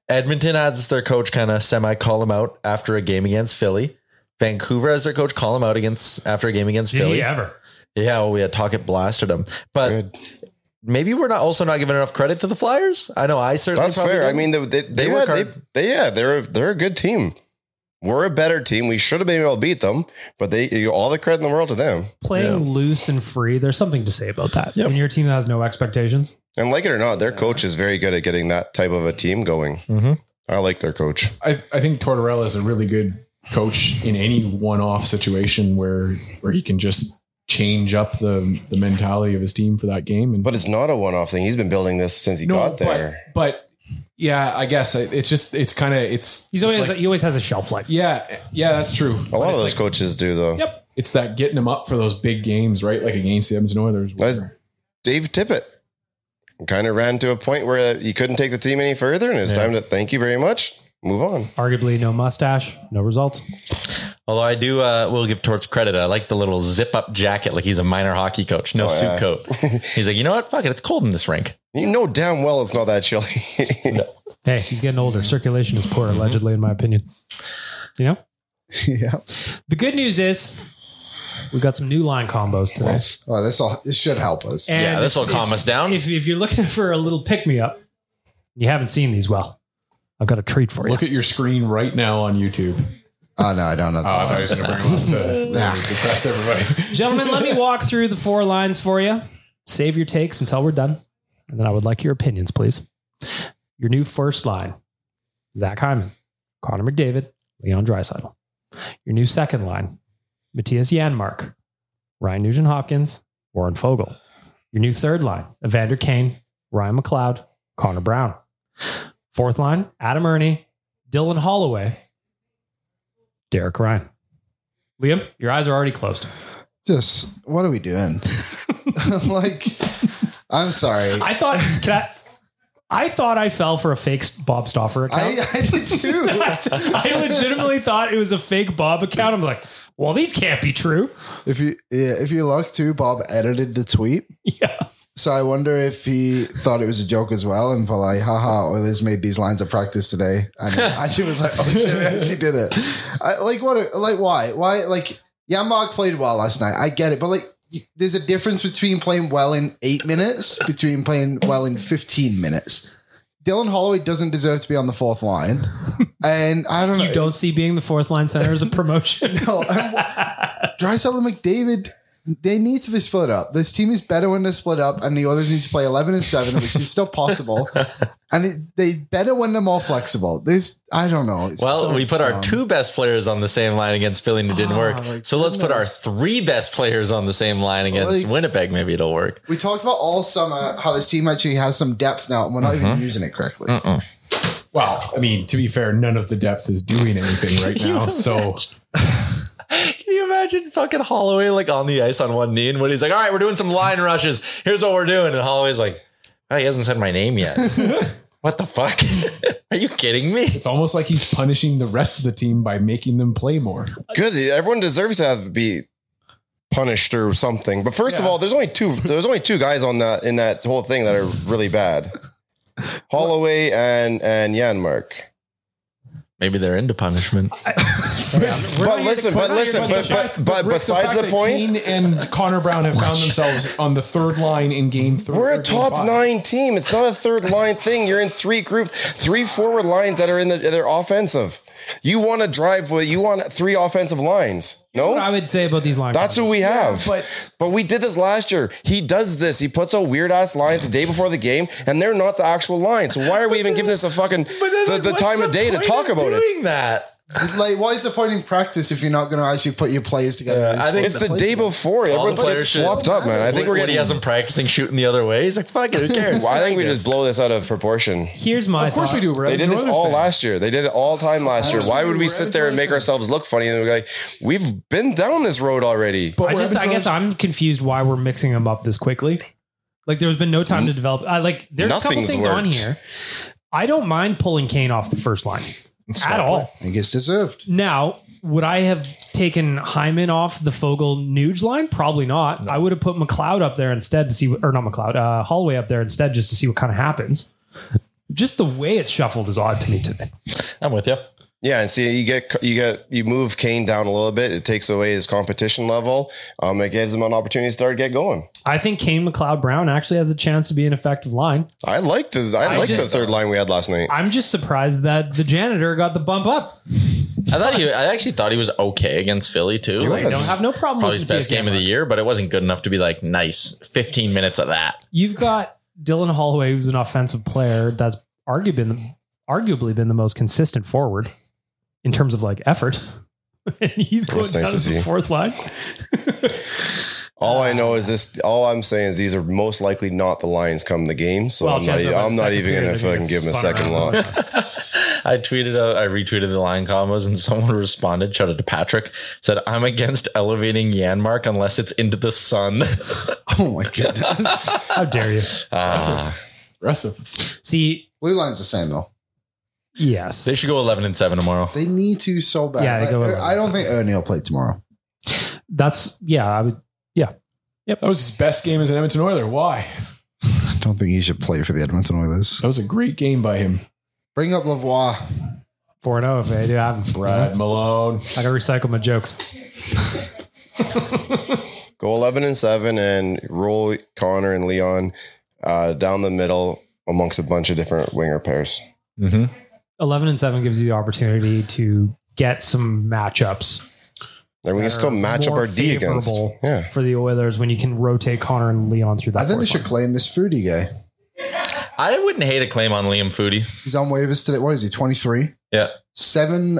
[SPEAKER 4] Edmonton has their coach kind of semi call him out after a game against Philly. Vancouver has their coach call him out against after a game against Philly. Yeah,
[SPEAKER 2] ever?
[SPEAKER 4] well, we had talk it blasted him, but
[SPEAKER 5] Good.
[SPEAKER 4] maybe we're not also not giving enough credit to the Flyers. I know I certainly
[SPEAKER 5] That's
[SPEAKER 4] probably
[SPEAKER 5] fair. I
[SPEAKER 4] didn't.
[SPEAKER 5] mean, they they, they, were
[SPEAKER 4] work
[SPEAKER 5] they,
[SPEAKER 4] hard.
[SPEAKER 5] they yeah they're they're a good team. We're a better team. We should have been able to beat them, but they you all the credit in the world to them.
[SPEAKER 2] Playing
[SPEAKER 4] Yeah.
[SPEAKER 2] loose and free, there's something to say about that.
[SPEAKER 4] Yep.
[SPEAKER 2] When you're a team that has no expectations,
[SPEAKER 5] And like it or not, their coach is very good at getting that type of a team going.
[SPEAKER 4] Mhm.
[SPEAKER 5] I like their coach.
[SPEAKER 6] I, I think Tortorella is a really good coach in any one-off situation where where he can just change up the the mentality of his team for that game. And
[SPEAKER 5] But it's not a one-off thing. He's been building this since he got there.
[SPEAKER 6] But, but yeah, I guess it- it's just it's kind of it's
[SPEAKER 2] he's always he always has a shelf life.
[SPEAKER 6] yeah yeah that's true.
[SPEAKER 5] a lot of those
[SPEAKER 6] it's
[SPEAKER 5] coaches do though.
[SPEAKER 6] Yep, it's that getting him up for those big games, right? Like against the Edmonton Oilers.
[SPEAKER 5] That's-
[SPEAKER 6] where-
[SPEAKER 5] Dave Tippett kind of ran to a point where he couldn't take the team any further, and it's time to thank you very much. Move on.
[SPEAKER 2] Arguably, no mustache, no results.
[SPEAKER 4] although I do uh, will give Torts credit. I like the little zip up jacket, like he's a minor hockey coach, no suit
[SPEAKER 5] Oh, yeah.
[SPEAKER 4] coat. He's like, you know what? Fuck it, it's cold in this rink.
[SPEAKER 5] You know damn well it's not that chilly.
[SPEAKER 2] Hey, he's getting older. Circulation is
[SPEAKER 4] Mm-hmm.
[SPEAKER 2] poor, allegedly, in my opinion. You know?
[SPEAKER 3] yeah.
[SPEAKER 2] The good news is we got some new line combos today.
[SPEAKER 3] Oh, this all this should help us.
[SPEAKER 2] And
[SPEAKER 4] yeah, this will
[SPEAKER 2] if-
[SPEAKER 4] calm us down.
[SPEAKER 2] If, if you're looking for a little pick me up, you haven't seen these well. I've got a treat for you.
[SPEAKER 6] Look at your screen right now on YouTube.
[SPEAKER 3] Oh no, I don't know.
[SPEAKER 6] Oh, I thought he was going to bring him up to
[SPEAKER 3] Nah.
[SPEAKER 6] depress everybody.
[SPEAKER 2] Gentlemen, let me walk through the four lines for you. Save your takes until we're done. And then I would like your opinions, please. Your new first line Zach Hyman, Connor McDavid, Leon Dreisidel. Your new second line Matthias Janmark, Ryan Nugent Hopkins, Warren Fogle. Your new third line Evander Kane, Ryan McLeod, Connor Brown. Fourth line Adam Ernie, Dylan Holloway, Derek Ryan. Liam, your eyes are already closed.
[SPEAKER 3] Just what are we doing? like, I'm sorry. I,
[SPEAKER 2] I thought, can I, I thought I fell for a fake Bob Stoffer account.
[SPEAKER 3] I, did too.
[SPEAKER 2] I, legitimately thought it was a fake Bob account. I'm like, well, these can't be true.
[SPEAKER 3] if you yeah, if you look too, Bob edited the tweet.
[SPEAKER 2] Yeah.
[SPEAKER 3] So I wonder if he thought it was a joke as well, and for like, haha, Oilers made these lines of practice today. And actually was like, oh shit, they actually did it. I, like what? Like why? Why? Like yeah, Mark played well last night. I get it, but like, y- there's a difference between playing well in eight minutes between playing well in fifteen minutes. Dylan Holloway doesn't deserve to be on the fourth line, and I don't know.
[SPEAKER 2] You don't see being the fourth line center as a promotion.
[SPEAKER 3] No, Drysdale and McDavid, they need to be split up. This team is better when they're split up, and the others need to play eleven and seven, which is still possible. And it, they better when they're more flexible. This I don't know. It's
[SPEAKER 4] Well,
[SPEAKER 3] so
[SPEAKER 4] we put our
[SPEAKER 3] dumb.
[SPEAKER 4] two best players on the same line against Philly and it didn't
[SPEAKER 3] Oh,
[SPEAKER 4] work.
[SPEAKER 3] my
[SPEAKER 4] So let's put our
[SPEAKER 3] goodness.
[SPEAKER 4] three best players on the same line against
[SPEAKER 3] Like-
[SPEAKER 4] Winnipeg. Maybe it'll work.
[SPEAKER 3] We talked about all summer how this team actually has some depth now, and we're not
[SPEAKER 5] Mm-hmm.
[SPEAKER 3] even using it correctly.
[SPEAKER 6] Well, I mean, to be fair, none of the depth is doing anything right now. So
[SPEAKER 4] Can you imagine fucking Holloway like on the ice on one knee and Woody's like, all right, we're doing some line rushes. Here's what we're doing. And Holloway's like, oh, he hasn't said my name yet. what the fuck? Are you kidding me?
[SPEAKER 6] it's almost like he's punishing the rest of the team by making them play more.
[SPEAKER 5] Good. Everyone deserves to have be punished or something. But first of all, there's only two. There's only two guys on that in that whole thing that are really bad. Holloway and and Yanmark.
[SPEAKER 4] Maybe they're into punishment.
[SPEAKER 5] But listen, but listen, but but but besides the point,
[SPEAKER 6] Kane and Connor Brown have found themselves on the third line in game three.
[SPEAKER 5] We're
[SPEAKER 6] or
[SPEAKER 5] a
[SPEAKER 6] game
[SPEAKER 5] top
[SPEAKER 6] five.
[SPEAKER 5] nine team. It's not a third line thing. You're in three groups, three forward lines that are in the they're offensive. You want to drive with you want three offensive lines.
[SPEAKER 2] What I
[SPEAKER 5] No,
[SPEAKER 2] would say about these line
[SPEAKER 5] that's who we have.
[SPEAKER 6] but-
[SPEAKER 5] but, we did this last year. He does this. He puts a weird ass line the day before the game, and they're not the actual line. So why are we even giving this a fucking
[SPEAKER 4] then,
[SPEAKER 5] the,
[SPEAKER 4] like,
[SPEAKER 5] the
[SPEAKER 4] what's
[SPEAKER 5] time
[SPEAKER 4] the
[SPEAKER 5] of day to
[SPEAKER 4] point
[SPEAKER 5] talk
[SPEAKER 4] of
[SPEAKER 5] about it?
[SPEAKER 4] doing that.
[SPEAKER 3] Like, what is the point in practice if you're not going to actually put your players together?
[SPEAKER 4] I think
[SPEAKER 5] It's the day before. Everyone's
[SPEAKER 4] the
[SPEAKER 5] like
[SPEAKER 4] players should-
[SPEAKER 5] swapped up, man. I think we're
[SPEAKER 4] Woody
[SPEAKER 5] getting.
[SPEAKER 4] hasn't practicing shooting the other way. He's like, fuck it, who cares?
[SPEAKER 5] Well, I think we just blow this out of proportion.
[SPEAKER 2] Here's my.
[SPEAKER 6] Of course
[SPEAKER 2] thought.
[SPEAKER 6] we do. We're
[SPEAKER 5] They did this all last year. They did it all time last year. Why would we sit there and make ourselves look funny and be like, we've been down this road already?
[SPEAKER 2] I just, I guess I'm confused why we're mixing them up this quickly. Like, there's been no time to develop. I like, there's a couple
[SPEAKER 5] Mm-hmm. Nothing's
[SPEAKER 2] things on
[SPEAKER 5] worked.
[SPEAKER 2] here. I don't mind pulling Kane off the first line at all.
[SPEAKER 3] I think it's deserved.
[SPEAKER 2] Now, would I have taken Hyman off the Fogel Nuge line? Probably not. I would have put McLeod up there instead to see, what, or not McLeod, uh, Holloway up there instead just to see what kind of happens. Just the way it's shuffled is odd to me today.
[SPEAKER 4] I'm with you.
[SPEAKER 5] Yeah, and see, you get you get you move Kane down a little bit. It takes away his competition level. Um, it gives him an opportunity to start get going.
[SPEAKER 2] I think Kane McLeod Brown actually has a chance to be an effective line.
[SPEAKER 5] I like the I,
[SPEAKER 2] I
[SPEAKER 5] like the
[SPEAKER 2] just-
[SPEAKER 5] third line we had last night.
[SPEAKER 2] I'm just surprised that the janitor got the bump up.
[SPEAKER 4] I thought he. I actually thought he was okay against Philly too. Like,
[SPEAKER 2] I don't have no problem
[SPEAKER 4] probably
[SPEAKER 2] with
[SPEAKER 4] his
[SPEAKER 2] the
[SPEAKER 4] best
[SPEAKER 2] TSM
[SPEAKER 4] game of the
[SPEAKER 2] run.
[SPEAKER 4] year, but it wasn't good enough to be like nice. 15 minutes of that.
[SPEAKER 2] You've got Dylan Holloway, who's an offensive player that's arguably been the, arguably been the most consistent forward in terms of like effort. and he's going
[SPEAKER 5] That's nice
[SPEAKER 2] down
[SPEAKER 5] to
[SPEAKER 2] to the
[SPEAKER 5] see.
[SPEAKER 2] fourth line.
[SPEAKER 5] All I know is this. All I'm saying is these are most likely not the lines come the game. So
[SPEAKER 2] Well,
[SPEAKER 5] I'm not.
[SPEAKER 2] chances
[SPEAKER 5] e-
[SPEAKER 2] are by
[SPEAKER 5] I'm
[SPEAKER 2] the
[SPEAKER 5] not
[SPEAKER 2] second
[SPEAKER 5] even gonna
[SPEAKER 2] period, they're
[SPEAKER 5] fucking
[SPEAKER 2] gonna
[SPEAKER 5] give him a
[SPEAKER 2] get spun
[SPEAKER 5] second
[SPEAKER 2] around.
[SPEAKER 5] lock.
[SPEAKER 4] I tweeted, uh, I retweeted the line combos, and someone responded, shouted to Patrick, said, "I'm against elevating Yanmark unless it's into the sun."
[SPEAKER 3] Oh my goodness.
[SPEAKER 2] How dare you?
[SPEAKER 4] Ah.
[SPEAKER 6] Aggressive.
[SPEAKER 2] See,
[SPEAKER 3] Blue line's the same though.
[SPEAKER 2] yes.
[SPEAKER 4] they should go 11 and seven tomorrow.
[SPEAKER 3] They need to so bad.
[SPEAKER 2] Yeah, they
[SPEAKER 3] Like,
[SPEAKER 2] go
[SPEAKER 3] Er-
[SPEAKER 2] around
[SPEAKER 3] I don't
[SPEAKER 2] that
[SPEAKER 3] think Ernie will play tomorrow.
[SPEAKER 2] That's yeah, I would
[SPEAKER 6] That was his best game as an Edmonton Oiler. Why?
[SPEAKER 3] I don't think he should play for the Edmonton Oilers.
[SPEAKER 6] That was a great game by him.
[SPEAKER 3] Bring up Lavoie.
[SPEAKER 2] 4 0 if I do have him.
[SPEAKER 6] Brad Malone.
[SPEAKER 2] I gotta recycle my jokes.
[SPEAKER 5] Go 11 and 7 and roll Connor and Leon uh, down the middle amongst a bunch of different winger pairs.
[SPEAKER 4] Mm-hmm.
[SPEAKER 2] 11 and 7 gives you the opportunity to get some matchups.
[SPEAKER 5] And we
[SPEAKER 2] that
[SPEAKER 5] can still
[SPEAKER 2] are
[SPEAKER 5] match up
[SPEAKER 2] more
[SPEAKER 5] our D against.
[SPEAKER 2] favorable
[SPEAKER 5] Yeah.
[SPEAKER 2] For the Oilers when you can rotate Connor and Leon through that.
[SPEAKER 3] I think they
[SPEAKER 2] fourth
[SPEAKER 3] should
[SPEAKER 2] line.
[SPEAKER 3] claim this foodie guy.
[SPEAKER 4] I wouldn't hate a claim on Liam Foodie.
[SPEAKER 3] He's on waivers today. What is he? Twenty three.
[SPEAKER 4] Yeah.
[SPEAKER 3] Seven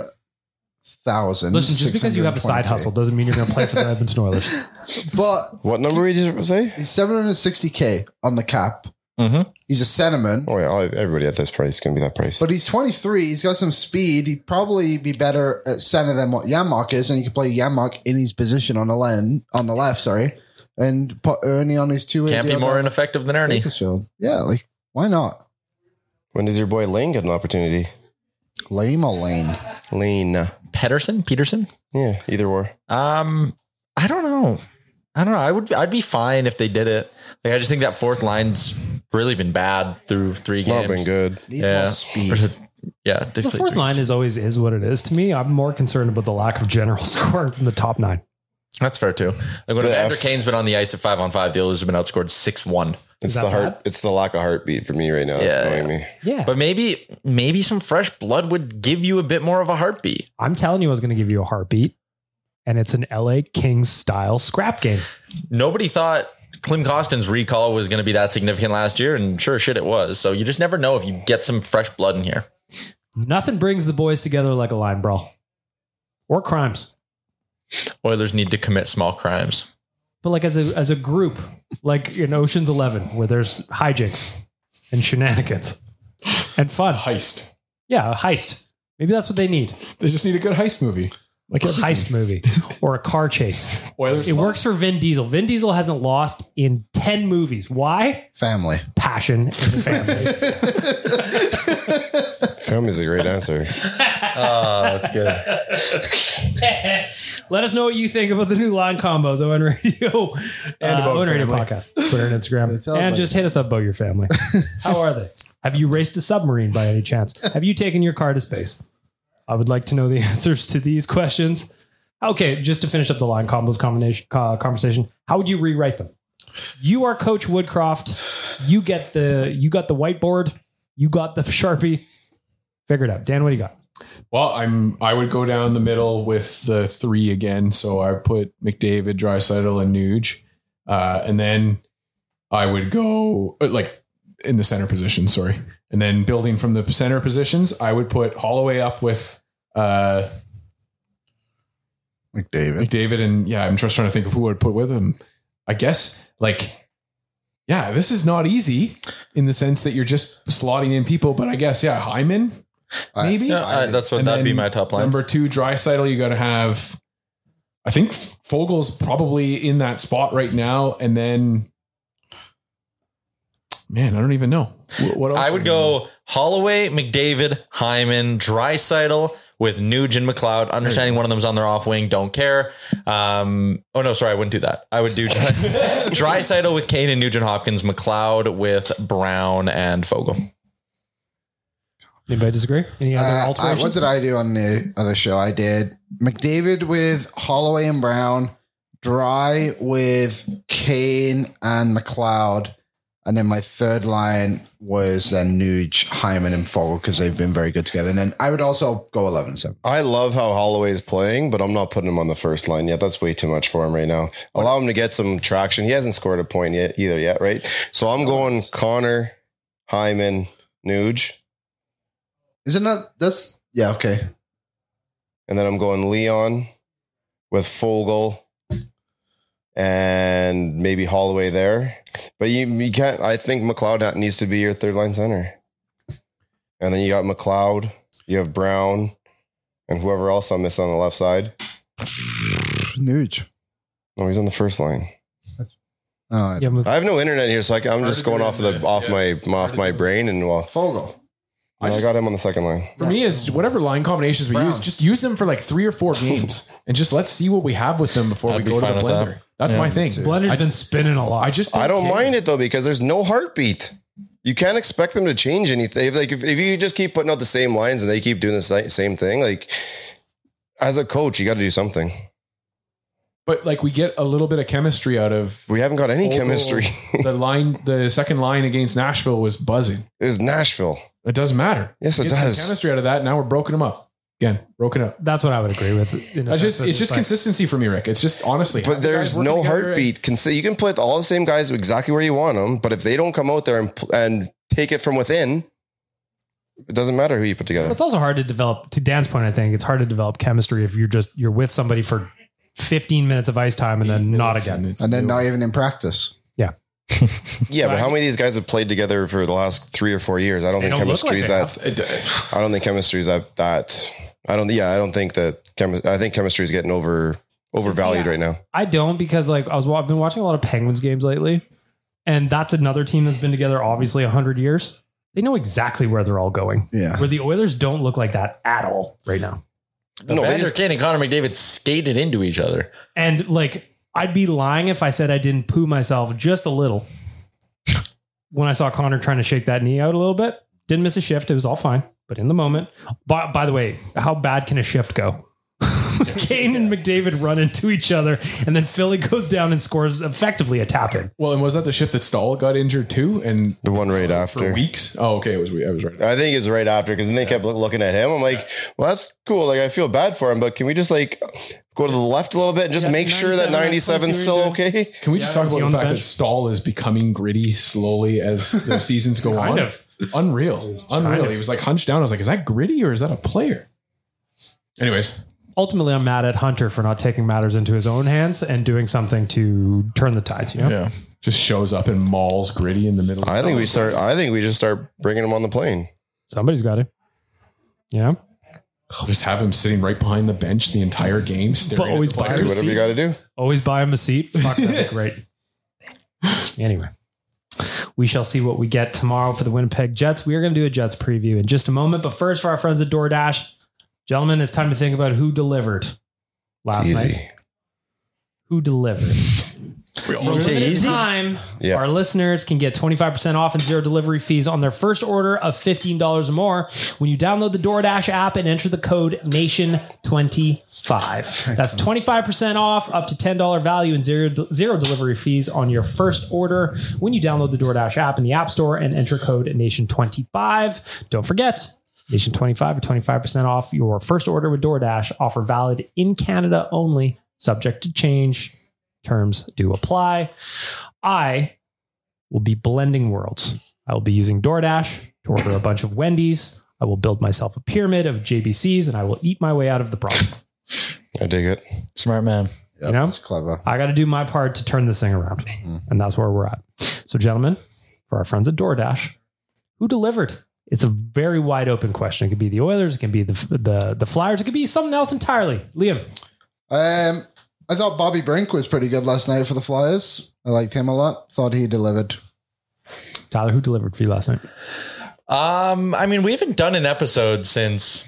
[SPEAKER 3] thousand.
[SPEAKER 2] Listen, just because you have a side hustle doesn't mean you're going to play for the Edmonton Oilers.
[SPEAKER 3] but
[SPEAKER 5] What number we just say?
[SPEAKER 3] he's seven hundred sixty k on the cap.
[SPEAKER 4] Mm-hmm.
[SPEAKER 3] He's a centerman,
[SPEAKER 5] Oh, yeah. all- Everybody at this price is going to be that price.
[SPEAKER 3] but he's twenty three. He's got some speed. He'd probably be better at center than what Yanmark is, and you can play Yanmark in his position on the len on the left. Sorry, and put Ernie on his two.
[SPEAKER 4] Can't be more ineffective than Ernie.
[SPEAKER 3] Bakersfield. Yeah, like why not?
[SPEAKER 5] when does your boy Lane get an opportunity?
[SPEAKER 3] Lame or lane?
[SPEAKER 5] Lane.
[SPEAKER 4] Pedersen, Peterson.
[SPEAKER 5] Yeah, either or.
[SPEAKER 4] Um, I don't know. I don't know. I would. I'd be fine if they did it. Like, I just think that fourth line's really been bad through three
[SPEAKER 5] It's
[SPEAKER 4] games.
[SPEAKER 5] not been good.
[SPEAKER 3] Needs
[SPEAKER 4] Yeah.
[SPEAKER 3] more speed.
[SPEAKER 4] Or is it- yeah, they've
[SPEAKER 2] The
[SPEAKER 4] played
[SPEAKER 2] fourth
[SPEAKER 4] three
[SPEAKER 2] line
[SPEAKER 4] games.
[SPEAKER 2] is always is what it is to me. I'm more concerned about the lack of general scoring from the top nine.
[SPEAKER 4] That's fair too. Like when
[SPEAKER 5] the
[SPEAKER 4] Evander
[SPEAKER 5] F-
[SPEAKER 4] Kane's been on the ice at five on five, the Oilers have been outscored six one.
[SPEAKER 5] It's
[SPEAKER 2] that
[SPEAKER 5] the heart.
[SPEAKER 2] bad?
[SPEAKER 5] It's the lack of heartbeat for me right now.
[SPEAKER 4] Yeah,
[SPEAKER 5] it's annoying me.
[SPEAKER 2] Yeah,
[SPEAKER 4] But maybe maybe some fresh blood would give you a bit more of a heartbeat.
[SPEAKER 2] I'm telling you, I was going to give you a heartbeat, and it's an LA Kings style scrap game.
[SPEAKER 4] Nobody thought Clem Costin's recall was going to be that significant last year, and sure shit it was. So you just never know if you get some fresh blood in here.
[SPEAKER 2] Nothing brings the boys together like a line brawl or crimes,
[SPEAKER 4] Oilers need to commit small crimes.
[SPEAKER 2] but like as a as a group, like in Ocean's Eleven, where there's hijinks and shenanigans and fun.
[SPEAKER 6] Heist.
[SPEAKER 2] Yeah, a heist. Maybe that's what they need.
[SPEAKER 6] They just need a good heist movie. Like
[SPEAKER 2] A
[SPEAKER 6] every
[SPEAKER 2] heist movie or a car chase.
[SPEAKER 6] team. Oilers.
[SPEAKER 2] It works for Vin Diesel. Vin Diesel hasn't lost in 10 movies. Why?
[SPEAKER 3] Family.
[SPEAKER 2] Passion and family.
[SPEAKER 5] Family's a great answer.
[SPEAKER 4] Oh, that's good.
[SPEAKER 2] Let us know what you think about the new line combos on Radio and
[SPEAKER 6] about
[SPEAKER 2] uh, on Radio
[SPEAKER 6] family.
[SPEAKER 2] Podcast, Twitter and Instagram.
[SPEAKER 3] Tell
[SPEAKER 2] and
[SPEAKER 3] about
[SPEAKER 2] just hit us up about your family. How are they? Have you raced a submarine by any chance? Have you taken your car to space? I would like to know the answers to these questions. Okay, just to finish up the line combos combination uh, conversation, how would you rewrite them? You are Coach Woodcroft. You get the you got the whiteboard. You got the sharpie. Figure it out, Dan. What do you got?
[SPEAKER 6] Well, I'm I would go down the middle with the three again. So I put McDavid, Drysaddle, and Nuge, uh, and then I would go uh, like in the center position. Sorry, and then building from the center positions, I would put Holloway up with uh,
[SPEAKER 3] McDavid.
[SPEAKER 6] McDavid, and yeah, I'm just trying to think of who I'd put with him. I guess like yeah, this is not easy in the sense that you're just slotting in people, but I guess yeah, Hyman
[SPEAKER 3] I-
[SPEAKER 6] maybe
[SPEAKER 4] Yeah, I- that's what
[SPEAKER 6] And
[SPEAKER 4] that'd be
[SPEAKER 6] then
[SPEAKER 4] my top line.
[SPEAKER 6] Number two, Drysidle, you got to have. I think Fogel's probably in that spot right now, and then, man, I don't even know Wh- what else.
[SPEAKER 4] I would go Holloway, McDavid, Hyman, Drysidle with Nuge and McLeod. Understanding one of them's on their off wing, don't care. Um, oh no, sorry, I wouldn't do that. I would do Drysidle with Kane and Nugent Hopkins, McLeod with Brown and Fogel.
[SPEAKER 2] Anybody disagree? Any other
[SPEAKER 3] Uh, I-
[SPEAKER 2] alterations?
[SPEAKER 3] what did I do on the other show? I did McDavid with Holloway and Brown, Dry with Kane and McLeod, and then my third line was then Nuge, Hyman, and Fogel because they've been very good together. And then I would also go 11-7.
[SPEAKER 5] I love how Holloway's playing, but I'm not putting him on the first line yet. That's way too much for him right now. Allow him to get some traction. He hasn't scored a point yet either yet, right? So I'm going Connor, Hyman, Nuge,
[SPEAKER 3] Isn't that that's yeah okay?
[SPEAKER 5] and then I'm going Leon with Fogel and maybe Holloway there. But you, you can't. I think McLeod needs to be your third line center, and then you got McLeod, you have Brown, and whoever else I miss on the left side.
[SPEAKER 3] Nuge.
[SPEAKER 5] No, he's on the first line.
[SPEAKER 3] Oh, I-
[SPEAKER 2] Yeah, but-
[SPEAKER 5] I have no internet here, so I, am just going off the off my off my brain and well,
[SPEAKER 3] Fogel.
[SPEAKER 5] I,
[SPEAKER 6] just-
[SPEAKER 5] got him on the second line.
[SPEAKER 6] for me is whatever line combinations we
[SPEAKER 3] Brown.
[SPEAKER 6] use, just use them for like three or four games, and just let's see what we have with them before
[SPEAKER 4] I'd
[SPEAKER 6] we
[SPEAKER 4] be
[SPEAKER 6] go to the
[SPEAKER 4] fine with
[SPEAKER 6] blender.
[SPEAKER 4] that.
[SPEAKER 6] That's
[SPEAKER 4] Yeah,
[SPEAKER 6] my
[SPEAKER 4] me
[SPEAKER 6] thing.
[SPEAKER 4] too.
[SPEAKER 2] Blender's been spinning a lot.
[SPEAKER 6] I just
[SPEAKER 5] I don't
[SPEAKER 6] care.
[SPEAKER 5] mind it though because there's no heartbeat. You can't expect them to change anything. If, like if, if you just keep putting out the same lines and they keep doing the si- same thing, like as a coach, you got to do something.
[SPEAKER 6] But like we get a little bit of chemistry out of
[SPEAKER 5] We haven't got any
[SPEAKER 6] Although-
[SPEAKER 5] chemistry.
[SPEAKER 6] the line. The second line against Nashville was buzzing.
[SPEAKER 5] it was Nashville.
[SPEAKER 6] It doesn't matter.
[SPEAKER 5] Yes, it
[SPEAKER 6] Get some
[SPEAKER 5] does.
[SPEAKER 6] Chemistry out of that. Now we're broken them up again. Broken up.
[SPEAKER 2] That's what I would agree with. in a
[SPEAKER 6] It's just
[SPEAKER 2] sense,
[SPEAKER 6] it's just
[SPEAKER 2] like-
[SPEAKER 6] consistency for me, Rick. It's just honestly.
[SPEAKER 5] But there's no heartbeat. Can say you can put all the same guys exactly where you want them, but if they don't come out there and pl- and take it from within, it doesn't matter who you put together.
[SPEAKER 2] It's also hard to develop. To Dan's point, I think it's hard to develop chemistry if you're just you're with somebody for 15 minutes of ice time and then not again.
[SPEAKER 3] And then not even in practice.
[SPEAKER 5] Yeah, but how many of these guys have played together for the last three or four years? I don't
[SPEAKER 2] They
[SPEAKER 5] think
[SPEAKER 2] don't look
[SPEAKER 5] chemistry
[SPEAKER 2] like
[SPEAKER 5] is
[SPEAKER 2] they
[SPEAKER 5] that. I don't think chemistry is that. That I don't. Yeah, I don't think that. Chemi- I think chemistry is getting over overvalued
[SPEAKER 2] Yeah.
[SPEAKER 5] right now.
[SPEAKER 2] I don't because like I was wa- I've been watching a lot of Penguins games lately, and that's another team that's been together obviously 100 years. They know exactly where they're all going.
[SPEAKER 3] Yeah.
[SPEAKER 2] Where the Oilers don't look like that at all right now.
[SPEAKER 5] No, they
[SPEAKER 4] Evander
[SPEAKER 5] just-
[SPEAKER 4] Kane and Connor McDavid skated into each other.
[SPEAKER 2] And like I'd be lying if I said I didn't poo myself just a little when I saw Connor trying to shake that knee out a little bit. Didn't miss a shift. It was all fine. But in the moment, by, by the way, how bad can a shift go? Kane and McDavid run into each other, and then Philly goes down and scores effectively a tap in.
[SPEAKER 6] Well, and was that the shift that Stahl got injured too? And
[SPEAKER 5] The one right
[SPEAKER 6] for
[SPEAKER 5] after.
[SPEAKER 6] weeks. Oh, okay. It was. I was right.
[SPEAKER 5] I think it's right after because then they kept look, looking at him. I'm like, well, that's cool. Like I feel bad for him, but can we just like go to the left a little bit and just
[SPEAKER 2] Yeah,
[SPEAKER 5] make sure that
[SPEAKER 2] 97
[SPEAKER 5] 97's still
[SPEAKER 2] doing
[SPEAKER 5] okay?
[SPEAKER 6] Can we just
[SPEAKER 2] Yeah,
[SPEAKER 6] talk
[SPEAKER 2] was he
[SPEAKER 6] about
[SPEAKER 2] on
[SPEAKER 6] the
[SPEAKER 2] the
[SPEAKER 6] fact that
[SPEAKER 2] bench?
[SPEAKER 6] Stahl is becoming gritty slowly as the seasons go on?
[SPEAKER 2] Kind of.
[SPEAKER 6] Unreal. Unreal.
[SPEAKER 2] of.
[SPEAKER 6] He was like hunched down. I was like, is that gritty or is that a player? Anyways,
[SPEAKER 2] Ultimately, I'm mad at Hunter for not taking matters into his own hands and doing something to turn the tides. You know,
[SPEAKER 6] yeah, just shows up and mauls gritty in the middle.
[SPEAKER 5] I think we start. I think we just start bringing him on the plane.
[SPEAKER 2] somebody's got to. You know,
[SPEAKER 6] just have him sitting right behind the bench the entire game,
[SPEAKER 2] But
[SPEAKER 6] staring.
[SPEAKER 2] always
[SPEAKER 6] at the
[SPEAKER 2] by
[SPEAKER 6] players.
[SPEAKER 5] Do whatever you got to do.
[SPEAKER 2] Always buy him a seat. Fuck that. Great. Anyway, we shall see what we get tomorrow for the Winnipeg Jets. We are going to do a Jets preview in just a moment. But first, for our friends at DoorDash, gentlemen, it's time to think about who delivered last
[SPEAKER 5] It's
[SPEAKER 2] night. Who delivered?
[SPEAKER 4] We
[SPEAKER 2] For a
[SPEAKER 4] all say
[SPEAKER 2] limited
[SPEAKER 4] easy.
[SPEAKER 2] time,
[SPEAKER 5] Yeah.
[SPEAKER 2] our listeners can get 25% off and zero delivery fees on their first order of $15 or more when you download the DoorDash app and enter the code NATION25. That's 25% off, up to $10 value, and zero, zero delivery fees on your first order when you download the DoorDash app in the App Store and enter code NATION25. Don't forget, Nation 25 or 25% off your first order with DoorDash. Offer valid in Canada only, subject to change. Terms do apply. I will be blending worlds. I will be using DoorDash to order a bunch of Wendy's. I will build myself a pyramid of JBCs and I will eat my way out of the problem.
[SPEAKER 5] I dig it.
[SPEAKER 7] Smart man.
[SPEAKER 3] Yep,
[SPEAKER 2] You know?
[SPEAKER 3] that's clever.
[SPEAKER 2] I got to do my part to turn this thing around. And that's where we're at. So, gentlemen, for our friends at DoorDash, who delivered? It's a very wide open question. It could be the Oilers, it can be the the, the Flyers, it could be something else entirely. Liam,
[SPEAKER 3] Um, I thought Bobby Brink was pretty good last night for the Flyers. I liked him a lot. Thought he delivered.
[SPEAKER 2] Tyler, who delivered for you last night?
[SPEAKER 4] Um, I mean, we haven't done an episode since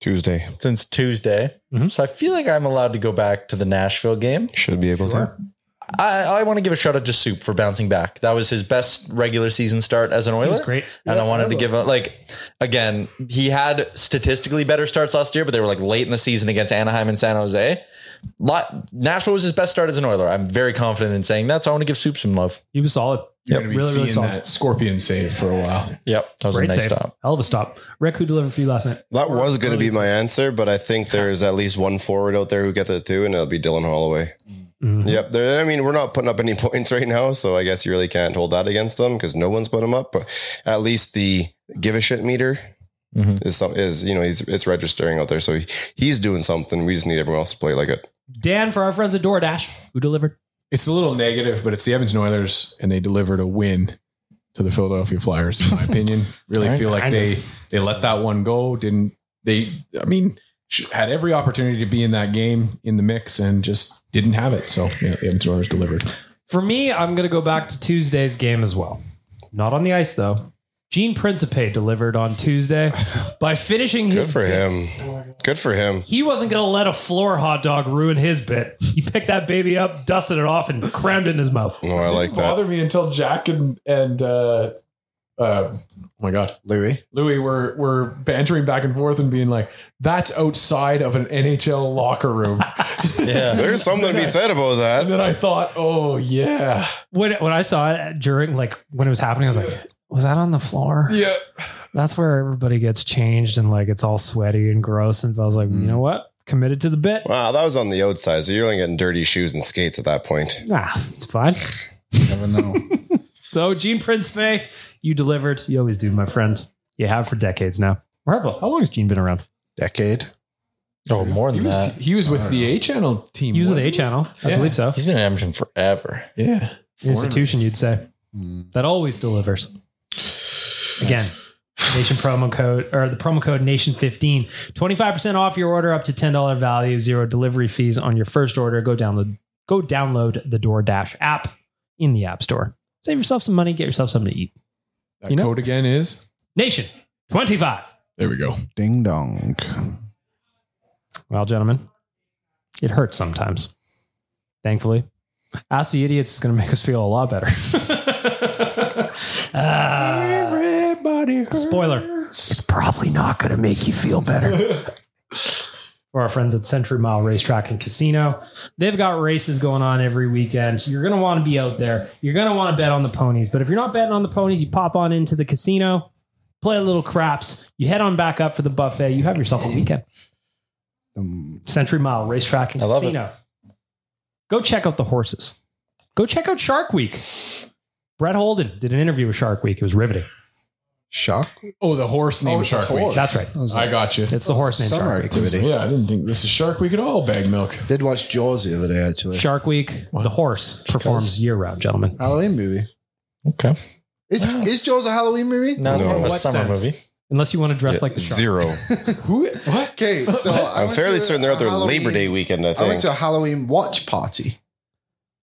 [SPEAKER 5] Tuesday
[SPEAKER 4] since Tuesday,
[SPEAKER 2] Mhm.
[SPEAKER 4] so I feel like I'm allowed to go back to the Nashville game.
[SPEAKER 5] should be able to.
[SPEAKER 4] I, I want to give a shout out to Soup for bouncing back. That was his best regular season start as an Oiler.
[SPEAKER 2] was great.
[SPEAKER 4] and I wanted to give a, like again. He had statistically better starts last year, but they were like late in the season against Anaheim and San Jose. Lot, Nashville was his best start as an Oiler. I'm very confident in saying that. So I want to give Soup some love.
[SPEAKER 2] He was solid.
[SPEAKER 6] You're
[SPEAKER 2] Yep,
[SPEAKER 6] gonna be
[SPEAKER 2] really, really
[SPEAKER 6] seeing
[SPEAKER 2] solid.
[SPEAKER 6] that scorpion save for a while.
[SPEAKER 4] Yep, that was
[SPEAKER 2] Great
[SPEAKER 4] a nice
[SPEAKER 2] save.
[SPEAKER 4] stop.
[SPEAKER 2] Hell of a stop. Rick, who delivered for you last night?
[SPEAKER 5] That was going to be my answer, but I think there's at least one forward out there who get that too, and it'll be Dylan Holloway.
[SPEAKER 6] Mm-hmm.
[SPEAKER 5] Yep. There, I mean, we're not putting up any points right now, so I guess you really can't hold that against them because no one's put him up. But at least the give a shit meter
[SPEAKER 4] Mhm.
[SPEAKER 5] is some is you know he's it's registering out there, so he, he's doing something. We just need everyone else to play like it.
[SPEAKER 2] Dan, for our friends at DoorDash, who delivered?
[SPEAKER 6] It's a little negative, but it's the Edmonton Oilers, and they delivered a win to the Philadelphia Flyers. In my opinion, really
[SPEAKER 7] Alright,
[SPEAKER 6] feel like
[SPEAKER 2] kind of.
[SPEAKER 6] they they let that one go. Didn't they? I mean, sh- had every opportunity to be in that game in the mix and just didn't have it. So yeah, the Edmonton Oilers delivered.
[SPEAKER 2] For me, I'm going to go back to Tuesday's game as well. Not on the ice, though. Gene Principe delivered on Tuesday by finishing
[SPEAKER 5] Good
[SPEAKER 2] his
[SPEAKER 5] for him. Good for him.
[SPEAKER 2] he wasn't going to let a floor hot dog ruin his bit. He picked that baby up, dusted it off, and crammed it in his mouth.
[SPEAKER 5] No, Oh, I like
[SPEAKER 6] Didn't
[SPEAKER 5] that.
[SPEAKER 6] bother me until Jack and and uh, uh, oh my god,
[SPEAKER 3] Louis.
[SPEAKER 6] Louis were were bantering back and forth and being like, "That's outside of an NHL locker room."
[SPEAKER 4] Yeah,
[SPEAKER 5] There's something to be said about
[SPEAKER 6] and
[SPEAKER 5] that.
[SPEAKER 6] then I thought, "Oh yeah,
[SPEAKER 2] When, when I saw it during, like, when it was happening, I was like, was that on the floor?
[SPEAKER 6] yeah."
[SPEAKER 2] That's where everybody gets changed and, like, it's all sweaty and gross. And I was like, you know what? Committed to the bit.
[SPEAKER 5] Wow, that was on the outside, so you're only getting dirty shoes and skates at that point.
[SPEAKER 2] Nah, it's fine.
[SPEAKER 3] Never know.
[SPEAKER 2] So, Gene Principe, you delivered. You always do, my friend. You have for decades now. Marvel, how long has Gene been around?
[SPEAKER 3] Decade.
[SPEAKER 4] oh, more
[SPEAKER 6] He
[SPEAKER 4] than
[SPEAKER 6] was
[SPEAKER 4] that. Oh,
[SPEAKER 6] he was with the A channel team.
[SPEAKER 2] He was with A
[SPEAKER 6] wasn't
[SPEAKER 2] Channel, I
[SPEAKER 6] Yeah.
[SPEAKER 2] believe so.
[SPEAKER 4] He's been in Edmonton forever.
[SPEAKER 6] he? Yeah,
[SPEAKER 2] institution, you'd say, that always delivers. Again, Nation promo code or the promo code Nation 15. 25% off your order up to $10 value, zero delivery fees on your first order. Go download, go download the DoorDash app in the App Store. Save yourself some money, get yourself something to eat.
[SPEAKER 6] that
[SPEAKER 2] You know-
[SPEAKER 6] code again is
[SPEAKER 2] Nation 25.
[SPEAKER 6] there. We go.
[SPEAKER 3] Ding dong.
[SPEAKER 2] Well, gentlemen, it hurts sometimes. Thankfully, Ask the Idiots is going to make us feel a lot better. Ah.
[SPEAKER 6] Everybody,
[SPEAKER 2] Spoiler. It's probably not going to make you feel better. For our friends at Century Mile Racetrack and Casino, they've got races going on every weekend. You're going to want to be out there. You're going to want to bet on the ponies. But if you're not betting on the ponies, you pop on into the casino, play a little craps, you head on back up for the buffet. You have yourself a weekend. Century Mile Racetrack and
[SPEAKER 4] I love it.
[SPEAKER 2] Casino. Go check out the horses. Go check out Shark Week. Brett Holden did an interview with Shark Week. It was riveting.
[SPEAKER 3] Shock.
[SPEAKER 6] Oh, the horse named Shark Week.
[SPEAKER 2] That's right.
[SPEAKER 6] I got you.
[SPEAKER 2] It's the horse name
[SPEAKER 3] Summer
[SPEAKER 2] Shark Week.
[SPEAKER 3] activity.
[SPEAKER 6] Yeah, I didn't think this is Shark Week at all. Bag milk.
[SPEAKER 3] Did watch Jaws the other day actually.
[SPEAKER 2] Shark Week, the horse performs year round, gentlemen.
[SPEAKER 3] Halloween movie.
[SPEAKER 4] Okay,
[SPEAKER 3] Is is Jaws a Halloween movie?
[SPEAKER 4] no, it's
[SPEAKER 5] No.
[SPEAKER 4] more of a
[SPEAKER 5] What
[SPEAKER 4] summer
[SPEAKER 6] sense?
[SPEAKER 4] movie.
[SPEAKER 2] Unless you want to dress like the shark.
[SPEAKER 5] Zero.
[SPEAKER 6] Who? What?
[SPEAKER 3] Okay, so I
[SPEAKER 5] I'm
[SPEAKER 3] went
[SPEAKER 5] fairly
[SPEAKER 3] to
[SPEAKER 5] certain they're
[SPEAKER 3] a
[SPEAKER 5] out there Labor
[SPEAKER 3] Halloween-
[SPEAKER 5] Day weekend. I
[SPEAKER 3] I went
[SPEAKER 5] think.
[SPEAKER 3] to a Halloween watch party.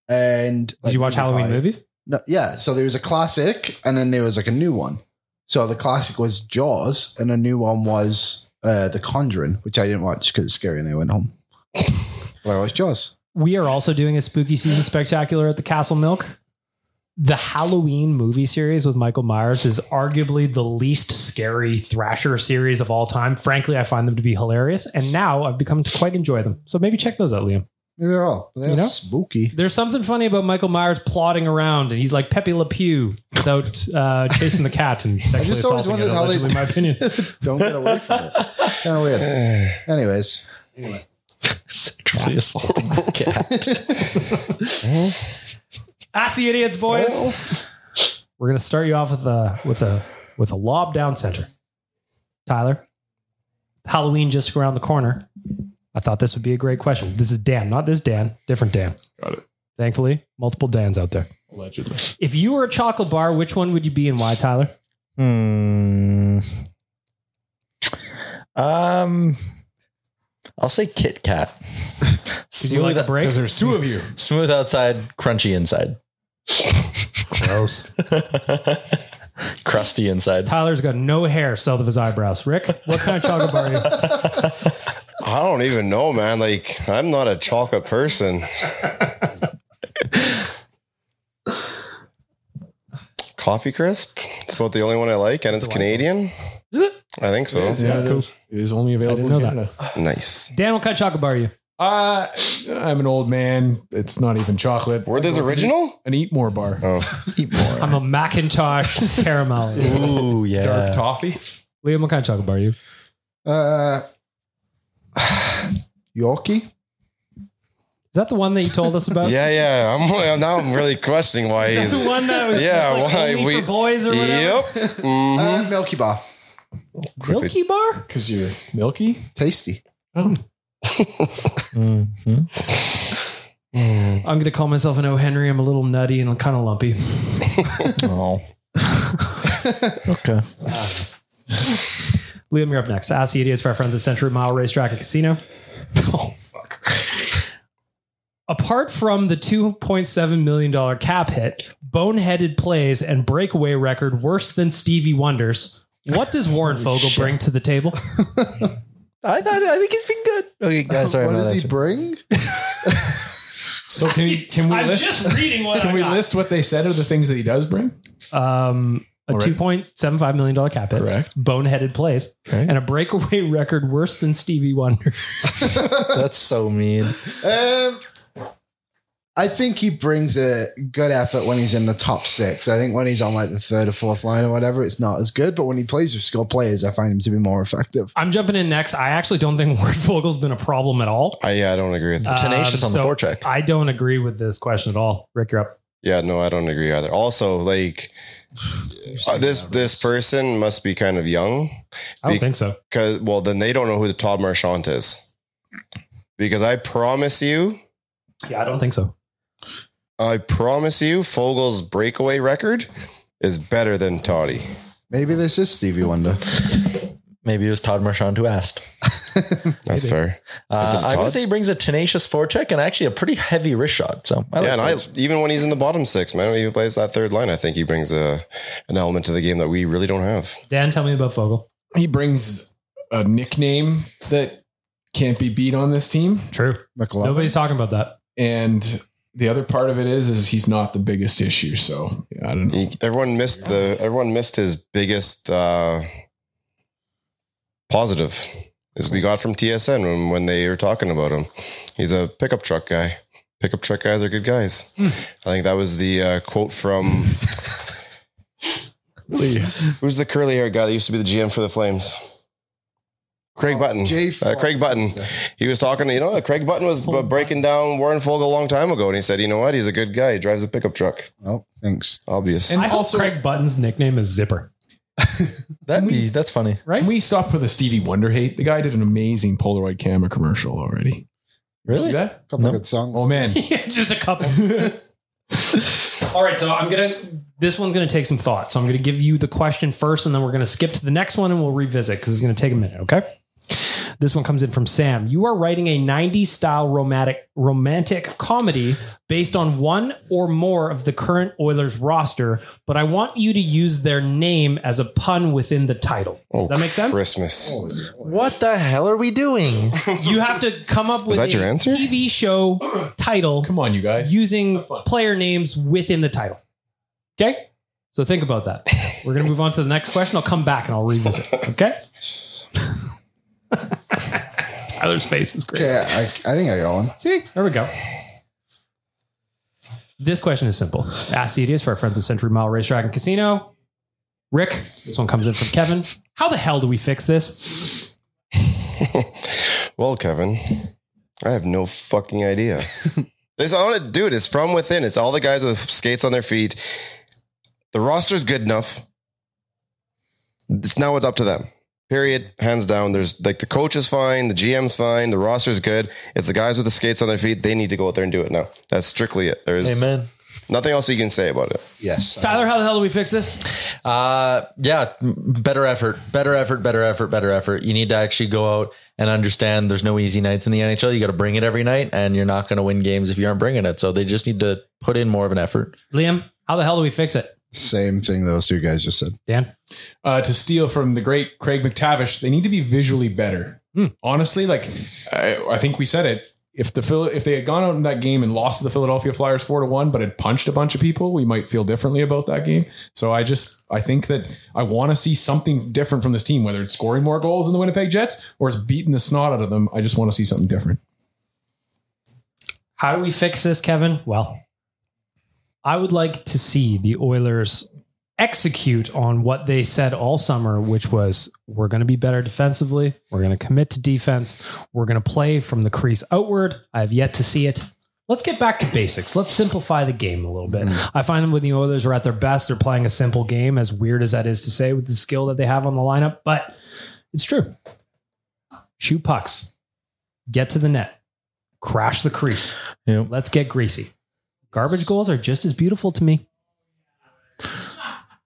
[SPEAKER 3] And
[SPEAKER 2] Did you watch Halloween
[SPEAKER 3] party.
[SPEAKER 2] movies?
[SPEAKER 3] No, yeah. So there was a classic, and then there was like a new one. So the classic was Jaws, and the new one was uh, The Conjuring, which I didn't watch because it's scary, and I went home. but I watched Jaws.
[SPEAKER 2] we are also doing a spooky season spectacular at the Castle Milk. The Halloween movie series with Michael Myers is arguably the least scary Thrasher series of all time. Frankly, I find them to be hilarious, and now I've become to quite enjoy them. So maybe check those out, Liam.
[SPEAKER 3] Maybe they're all. They're
[SPEAKER 2] You know?
[SPEAKER 3] spooky.
[SPEAKER 2] There's something funny about Michael Myers plodding around, and he's like Pepe Le Pew without uh, chasing the cat and sexually
[SPEAKER 3] just always
[SPEAKER 2] assaulting it.
[SPEAKER 3] wondered how they-
[SPEAKER 2] allegedly, in my opinion.
[SPEAKER 3] Don't get away from it. kind of weird. Anyways,
[SPEAKER 8] Sexually assaulting the cat.
[SPEAKER 2] That's the idiots, boys. We're gonna start you off with a with a with a lob down center. Tyler, Halloween just around the corner. I thought this would be a great question. This is Dan, not this Dan, different Dan.
[SPEAKER 6] Got it.
[SPEAKER 2] Thankfully, multiple Dans out there.
[SPEAKER 6] Allegedly.
[SPEAKER 2] If you were a chocolate bar, which one would you be and why, Tyler?
[SPEAKER 4] Hmm. Um, I'll say Kit Kat.
[SPEAKER 2] Did you like a break?
[SPEAKER 6] Because there's two of you.
[SPEAKER 4] smooth outside, crunchy inside,
[SPEAKER 6] Gross.
[SPEAKER 4] crusty inside.
[SPEAKER 2] Tyler's got no hair south of his eyebrows. Rick, what kind of chocolate bar are you?
[SPEAKER 5] I don't even know, man. Like, I'm not a chocolate person. Coffee crisp. It's about the only one I like, and it's Canadian. I think so.
[SPEAKER 6] That's cool. It is only available
[SPEAKER 2] I didn't
[SPEAKER 6] in
[SPEAKER 2] know
[SPEAKER 6] Canada.
[SPEAKER 5] Nice.
[SPEAKER 2] Dan, what kind of chocolate bar are you?
[SPEAKER 6] Uh, I'm an old man. It's not even chocolate.
[SPEAKER 5] Where there's original?
[SPEAKER 6] An eat more bar.
[SPEAKER 5] Oh,
[SPEAKER 2] I'm a Macintosh caramel.
[SPEAKER 4] Ooh, yeah.
[SPEAKER 6] Dark toffee.
[SPEAKER 2] Liam, what kind of chocolate bar are you?
[SPEAKER 3] uh, Yorkie.
[SPEAKER 2] Is that the one that you told us about?
[SPEAKER 5] yeah, yeah. I'm now. I'm really questioning why
[SPEAKER 2] Is
[SPEAKER 5] he's.
[SPEAKER 2] that the one that was
[SPEAKER 5] Yeah,
[SPEAKER 2] just like
[SPEAKER 5] why
[SPEAKER 2] only
[SPEAKER 5] we-
[SPEAKER 2] for boys or whatever?
[SPEAKER 5] Yep. Mhm.
[SPEAKER 3] Uh, Milky Bar.
[SPEAKER 2] Milky Bar?
[SPEAKER 6] Because you're milky.
[SPEAKER 3] Tasty.
[SPEAKER 4] Mm-hmm.
[SPEAKER 2] Hmm? I'm going to call myself an O. Henry. I'm a little nutty and kind of lumpy.
[SPEAKER 6] Oh.
[SPEAKER 8] Okay.
[SPEAKER 2] Liam, you're up next. Ask the idiots for our friends at Century Mile Racetrack and Casino. Oh, fuck. Apart from the $2.7 million cap hit, boneheaded plays, and breakaway record worse than Stevie Wonder's, what does Warren Fogle bring to the table?
[SPEAKER 8] I thought I think he's been good. Okay, guys, sorry.
[SPEAKER 3] what
[SPEAKER 8] my
[SPEAKER 3] does
[SPEAKER 8] last
[SPEAKER 3] he bring?
[SPEAKER 6] So can he, can we list?
[SPEAKER 2] reading what
[SPEAKER 6] can we list what they said are the things that he does bring?
[SPEAKER 2] Um, a
[SPEAKER 6] All right.
[SPEAKER 2] $2.75 million cap hit,
[SPEAKER 6] Correct.
[SPEAKER 2] boneheaded plays,
[SPEAKER 6] Okay.
[SPEAKER 2] and a breakaway record worse than Stevie Wonder.
[SPEAKER 8] one. That's so mean.
[SPEAKER 3] Um, I think he brings a good effort when he's in the top six. I think when he's on like the third or fourth line or whatever, it's not as good. But when he plays with skilled players, I find him to be more effective.
[SPEAKER 2] I'm jumping in next. I actually don't think Warren Fogel's been a problem at all. Um,
[SPEAKER 5] I, yeah, I don't agree with that.
[SPEAKER 4] Tenacious on the forecheck.
[SPEAKER 2] I don't agree with this question at all. Rick, you're up.
[SPEAKER 5] Yeah, no, I don't agree either. Also, like uh, this this person must be kind of young
[SPEAKER 2] I don't
[SPEAKER 5] Be-
[SPEAKER 2] think so.
[SPEAKER 5] because well, then they don't know who the Todd Marchant is. Because I promise you,
[SPEAKER 2] Yeah, I don't think so.
[SPEAKER 5] I promise you, Fogel's breakaway record is better than Toddy.
[SPEAKER 3] Maybe this is Stevie Wonder.
[SPEAKER 4] Maybe it was Todd Marchand who asked.
[SPEAKER 5] That's fair.
[SPEAKER 4] Uh,
[SPEAKER 5] Is it
[SPEAKER 4] I'm gonna
[SPEAKER 5] Todd?
[SPEAKER 4] say he brings a tenacious forecheck and actually a pretty heavy wrist shot. So I
[SPEAKER 5] yeah, and I
[SPEAKER 4] Foles.
[SPEAKER 5] even when he's in the bottom six, man, when he plays that third line, I think he brings a an element to the game that we really don't have.
[SPEAKER 2] Dan, tell me about Fogel.
[SPEAKER 6] He brings a nickname that can't be beat on this team.
[SPEAKER 2] True.
[SPEAKER 3] McLaughlin.
[SPEAKER 2] Nobody's talking about that.
[SPEAKER 6] And the other part of it is, is he's not the biggest issue. So yeah, I don't know.
[SPEAKER 5] He, everyone missed the everyone missed his biggest uh, positive is we got from TSN when, when they were talking about him. He's a pickup truck guy. Pickup truck guys are good guys. I think that was the uh, quote from
[SPEAKER 6] Really,
[SPEAKER 5] who's the curly haired guy that used to be the GM for the Flames. Craig Button.
[SPEAKER 3] Jay
[SPEAKER 5] Uh, Craig Button. He was talking to, you know, Craig Button was uh, breaking down Warren Fogle a long time ago. And he said, you know what? He's a good guy. He drives a pickup truck.
[SPEAKER 3] Oh, thanks.
[SPEAKER 5] Obvious.
[SPEAKER 6] And
[SPEAKER 2] I hope
[SPEAKER 6] also-
[SPEAKER 2] Craig Button's nickname is Zipper.
[SPEAKER 4] that'd be that's funny.
[SPEAKER 6] right? Can we stop with the Stevie Wonder hate? The guy did an amazing Polaroid camera commercial already. See
[SPEAKER 4] Really?
[SPEAKER 6] that?
[SPEAKER 3] couple
[SPEAKER 4] No.
[SPEAKER 3] good songs.
[SPEAKER 6] Oh man,
[SPEAKER 2] Just a couple. All right, so I'm gonna. This one's gonna take some thought. So I'm gonna give you the question first, and then we're gonna skip to the next one, and we'll revisit because it's gonna take a minute. Okay. This one comes in from Sam. You are writing a 90s style romantic romantic comedy based on one or more of the current Oilers roster, but I want you to use their name as a pun within the title.
[SPEAKER 5] Oh,
[SPEAKER 2] Does that make sense?
[SPEAKER 5] Christmas.
[SPEAKER 6] Oh,
[SPEAKER 7] What the hell are we doing?
[SPEAKER 2] You have to come up with
[SPEAKER 5] that your
[SPEAKER 2] a
[SPEAKER 5] answer?
[SPEAKER 2] TV show title
[SPEAKER 6] Come on, you guys.
[SPEAKER 2] using
[SPEAKER 6] Have fun.
[SPEAKER 2] player names within the title. Okay? So think about that. We're going to move on to the next question. I'll come back and I'll revisit. Okay? Tyler's face is great.
[SPEAKER 3] Okay, I, I think I got one.
[SPEAKER 2] See, there we go. This question is simple. Ask the idiots for our friends at Century Mile Racetrack and Casino. Rick, this one comes in from Kevin. How the hell do we fix this?
[SPEAKER 5] well, Kevin, I have no fucking idea. this I want to do it. It's from within. It's all the guys with skates on their feet. The roster's good enough. It's now it's up to them. Period. Hands down. There's like the coach is fine, the GM's fine, the roster's good. It's the guys with the skates on their feet. They need to go out there and do it now. That's strictly it. There's
[SPEAKER 7] Amen.
[SPEAKER 5] nothing else you can say about it.
[SPEAKER 3] Yes.
[SPEAKER 2] Tyler, how the hell do we fix this?
[SPEAKER 4] Uh, yeah, m- better effort, better effort, better effort, better effort. You need to actually go out and understand there's no easy nights in the NHL. You got to bring it every night, and you're not going to win games if you aren't bringing it. So they just need to put in more of an effort.
[SPEAKER 2] Liam, how the hell do we fix it?
[SPEAKER 3] Same thing those two guys just said.
[SPEAKER 2] Dan?
[SPEAKER 6] uh, to steal from the great Craig McTavish, they need to be visually better.
[SPEAKER 2] Hmm.
[SPEAKER 6] Honestly, like I, I think we said it. If the Phil, if they had gone out in that game and lost to the Philadelphia Flyers four to one, but had punched a bunch of people, we might feel differently about that game. So I just I think that I want to see something different from this team, whether it's scoring more goals than the Winnipeg Jets or it's beating the snot out of them. I just want to see something different.
[SPEAKER 2] How do we fix this, Kevin? Well, I would like to see the Oilers execute on what they said all summer, which was we're going to be better defensively. We're going to commit to defense. We're going to play from the crease outward. I have yet to see it. Let's get back to basics. Let's simplify the game a little bit. I find that when the Oilers are at their best, they're playing a simple game, as weird as that is to say, with the skill that they have on the lineup, but it's true. Shoot pucks, get to the net, crash the crease. Let's get greasy. Garbage goals are just as beautiful to me.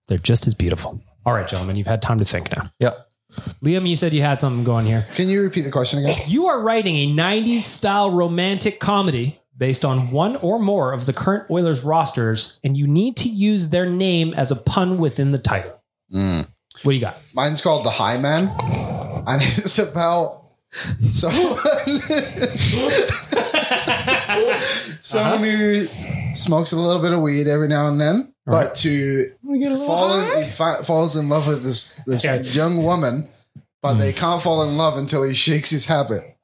[SPEAKER 2] They're just as beautiful. All right, gentlemen, you've had time to think now.
[SPEAKER 4] Yeah.
[SPEAKER 2] Liam, you said you had something going here.
[SPEAKER 3] Can you repeat the question again?
[SPEAKER 2] You are writing a 90s style romantic comedy based on one or more of the current Oilers rosters, and you need to use their name as a pun within the title. What do you got?
[SPEAKER 3] Mine's called the High Man, and it's about someone,
[SPEAKER 2] Uh-huh.
[SPEAKER 3] someone who smokes a little bit of weed every now and then, but to fall in, he fi- falls in love with this this
[SPEAKER 2] Okay.
[SPEAKER 3] young woman, but
[SPEAKER 2] Hmm.
[SPEAKER 3] they can't fall in love until he shakes his habit.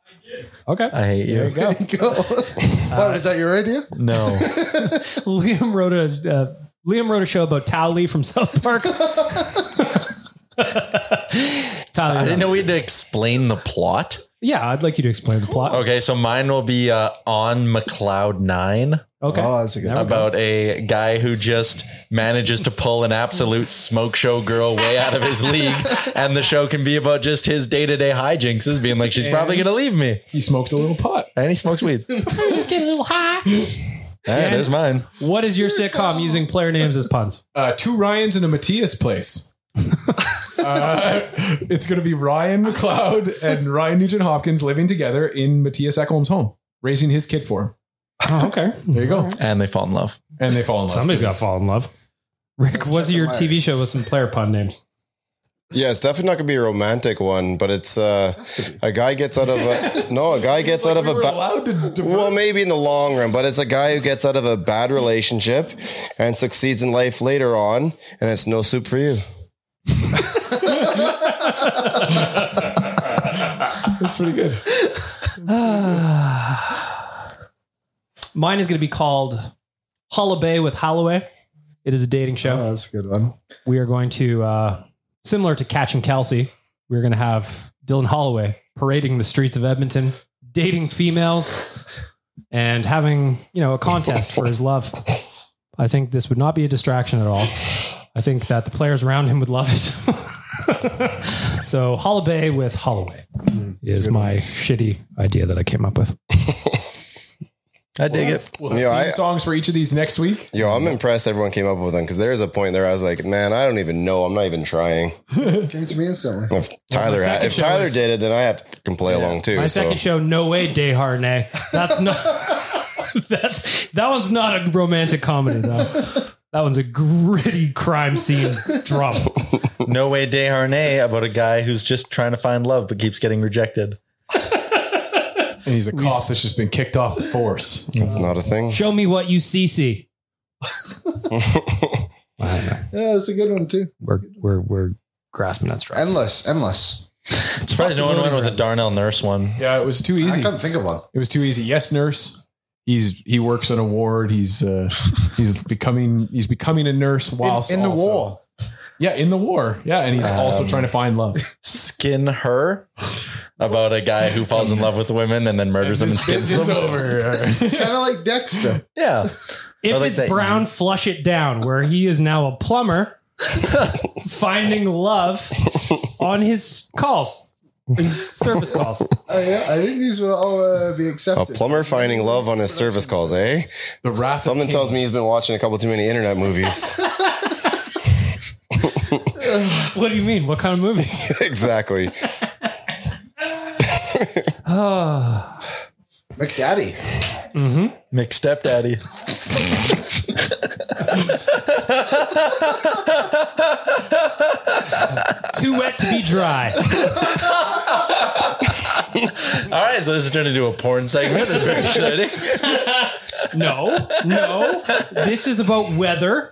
[SPEAKER 2] Okay.
[SPEAKER 4] I hate you.
[SPEAKER 2] There you go.
[SPEAKER 3] Go. what is that your idea?
[SPEAKER 4] No,
[SPEAKER 2] Liam wrote a uh, Liam wrote a show about Tao Lee from South Park. Tyler,
[SPEAKER 4] I didn't know we had to explain the plot.
[SPEAKER 2] Yeah, I'd like you to explain the plot.
[SPEAKER 4] Okay, so mine will be uh, on McLeod Nine.
[SPEAKER 2] Okay.
[SPEAKER 3] Oh, that's a good.
[SPEAKER 2] Never-
[SPEAKER 4] about a guy who just manages to pull an absolute smoke show girl way out of his league. And the show can be about just his day to day hijinks, being like, she's probably going to leave me.
[SPEAKER 6] He smokes a little pot.
[SPEAKER 4] And he smokes weed. All right,
[SPEAKER 2] just get a little high.
[SPEAKER 4] there's mine.
[SPEAKER 2] What is your sitcom using player names as puns?
[SPEAKER 6] uh, two Ryans and a Matthias place. Uh, it's going to be Ryan McLeod and Ryan Nugent Hopkins living together in Matthias Ekholm's home, raising his kid for him.
[SPEAKER 2] Oh, okay.
[SPEAKER 6] There you go.
[SPEAKER 4] And they fall in love.
[SPEAKER 6] And they fall in love.
[SPEAKER 2] Somebody's got to fall in love. Rick, what's your TV show with some player pun names?
[SPEAKER 5] Yeah, it's definitely not gonna be a romantic one, but it's uh, a guy gets out of a no, a guy gets out of a
[SPEAKER 6] We're
[SPEAKER 5] ba-
[SPEAKER 6] allowed to divorce.
[SPEAKER 5] well, maybe in the long run, but it's a guy who gets out of a bad relationship and succeeds in life later on, and it's no soup for you.
[SPEAKER 6] That's pretty good.
[SPEAKER 2] Mine is going to be called Holloway with Holloway. It is a dating show.
[SPEAKER 3] Oh, that's a good one.
[SPEAKER 2] we are going to uh, similar to Catch and Kelsey. We're going to have Dylan Holloway parading the streets of Edmonton, dating females, and having you know a contest for his love. I think this would not be a distraction at all. I think that the players around him would love it. so Holloway with
[SPEAKER 3] Mm,
[SPEAKER 2] Holloway is my shitty idea that I came up with.
[SPEAKER 7] I dig it.
[SPEAKER 6] We'll have
[SPEAKER 5] Yeah,
[SPEAKER 6] theme
[SPEAKER 5] I-
[SPEAKER 6] songs for each of these next week.
[SPEAKER 5] Yo, I'm impressed everyone came up with them because there's a point there I was like, man, I don't even know. I'm not even trying.
[SPEAKER 3] Came to me instantly.
[SPEAKER 5] If Tyler had,
[SPEAKER 2] second
[SPEAKER 5] if
[SPEAKER 2] show
[SPEAKER 5] Tyler
[SPEAKER 2] is-
[SPEAKER 5] did it, then I have to fucking play along too.
[SPEAKER 2] My
[SPEAKER 5] so.
[SPEAKER 2] second show, No Way, Deharnay. That's not. that's that one's not a romantic comedy though. That one's a gritty crime scene drama.
[SPEAKER 4] No way, Deharnay about a guy who's just trying to find love but keeps getting rejected.
[SPEAKER 6] And he's a cop that's just been kicked off the force.
[SPEAKER 5] It's not a thing.
[SPEAKER 2] Show me what you see.
[SPEAKER 3] Yeah, that's a good one too.
[SPEAKER 9] We're we're we're grasping at straws.
[SPEAKER 3] Endless, endless.
[SPEAKER 4] Surprised no one went with a Darnell Nurse one.
[SPEAKER 6] Yeah, it was too
[SPEAKER 3] I
[SPEAKER 6] easy.
[SPEAKER 3] couldn't think of one.
[SPEAKER 6] It was too easy. Yes, nurse. He's he works on a ward. He's uh, he's becoming he's becoming a nurse whilst
[SPEAKER 3] in, in the
[SPEAKER 6] also-
[SPEAKER 3] war.
[SPEAKER 6] Yeah, in the war. Yeah, and
[SPEAKER 4] Um,
[SPEAKER 6] he's also trying to find love.
[SPEAKER 4] Skin her about a guy who falls in love with women and then murders them and skins
[SPEAKER 6] It's
[SPEAKER 4] them.
[SPEAKER 6] over.
[SPEAKER 3] kind of like Dexter.
[SPEAKER 4] Yeah.
[SPEAKER 2] If
[SPEAKER 4] I like
[SPEAKER 2] it's
[SPEAKER 4] that.
[SPEAKER 2] brown, flush it down. Where he is now a plumber, finding love on his calls, his service calls.
[SPEAKER 3] Oh, yeah, I think these will all uh, be
[SPEAKER 5] A
[SPEAKER 3] accepted.
[SPEAKER 5] plumber finding love on his service calls, eh?
[SPEAKER 6] The wrath.
[SPEAKER 5] Something
[SPEAKER 6] of
[SPEAKER 5] tells me he's been watching a couple too many internet movies.
[SPEAKER 2] What do you mean? What kind of movie?
[SPEAKER 5] exactly.
[SPEAKER 2] Oh.
[SPEAKER 3] McDaddy.
[SPEAKER 2] Mm-hmm.
[SPEAKER 4] Mick stepdaddy.
[SPEAKER 2] Too wet to be dry.
[SPEAKER 4] All right, so this is turned into a porn segment. That's very exciting.
[SPEAKER 2] No, no. This is about weather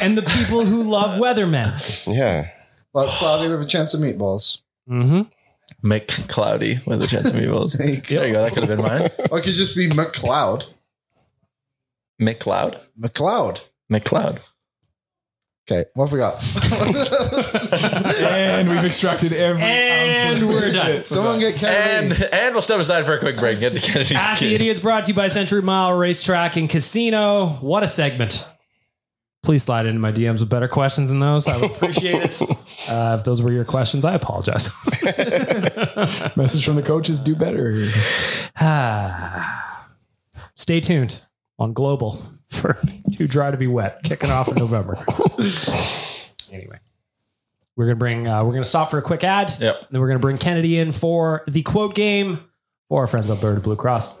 [SPEAKER 2] and the people who love weathermen.
[SPEAKER 5] Yeah.
[SPEAKER 3] Like Cloudy with a Chance of Meatballs.
[SPEAKER 2] Mm-hmm.
[SPEAKER 4] Mick Cloudy with a chance of evils. There you go. That could have been mine.
[SPEAKER 3] Or it could just be McCloud.
[SPEAKER 4] Mick Cloud.
[SPEAKER 3] McCloud.
[SPEAKER 4] Mick Cloud.
[SPEAKER 3] Okay, what have we got?
[SPEAKER 6] and we've extracted every ounce.
[SPEAKER 2] And
[SPEAKER 6] of-
[SPEAKER 2] we're done.
[SPEAKER 3] Someone get
[SPEAKER 4] And
[SPEAKER 3] Kennedy.
[SPEAKER 4] and we'll step aside for a quick break. Get to Kennedy's
[SPEAKER 2] Ask the
[SPEAKER 4] kid.
[SPEAKER 2] Idiots brought to you by Century Mile Racetrack and Casino. What a segment. Please slide into my DMs with better questions than those. I would appreciate it. Uh, if those were your questions, I apologize.
[SPEAKER 6] Message from the coaches: Do better.
[SPEAKER 2] Ah. Stay tuned on Global for Too Dry to Be Wet, kicking off in November. anyway, we're gonna bring uh, we're gonna stop for a quick ad.
[SPEAKER 4] Yep.
[SPEAKER 2] And then we're gonna bring Kennedy in for the quote game for our friends at Bird Blue Cross.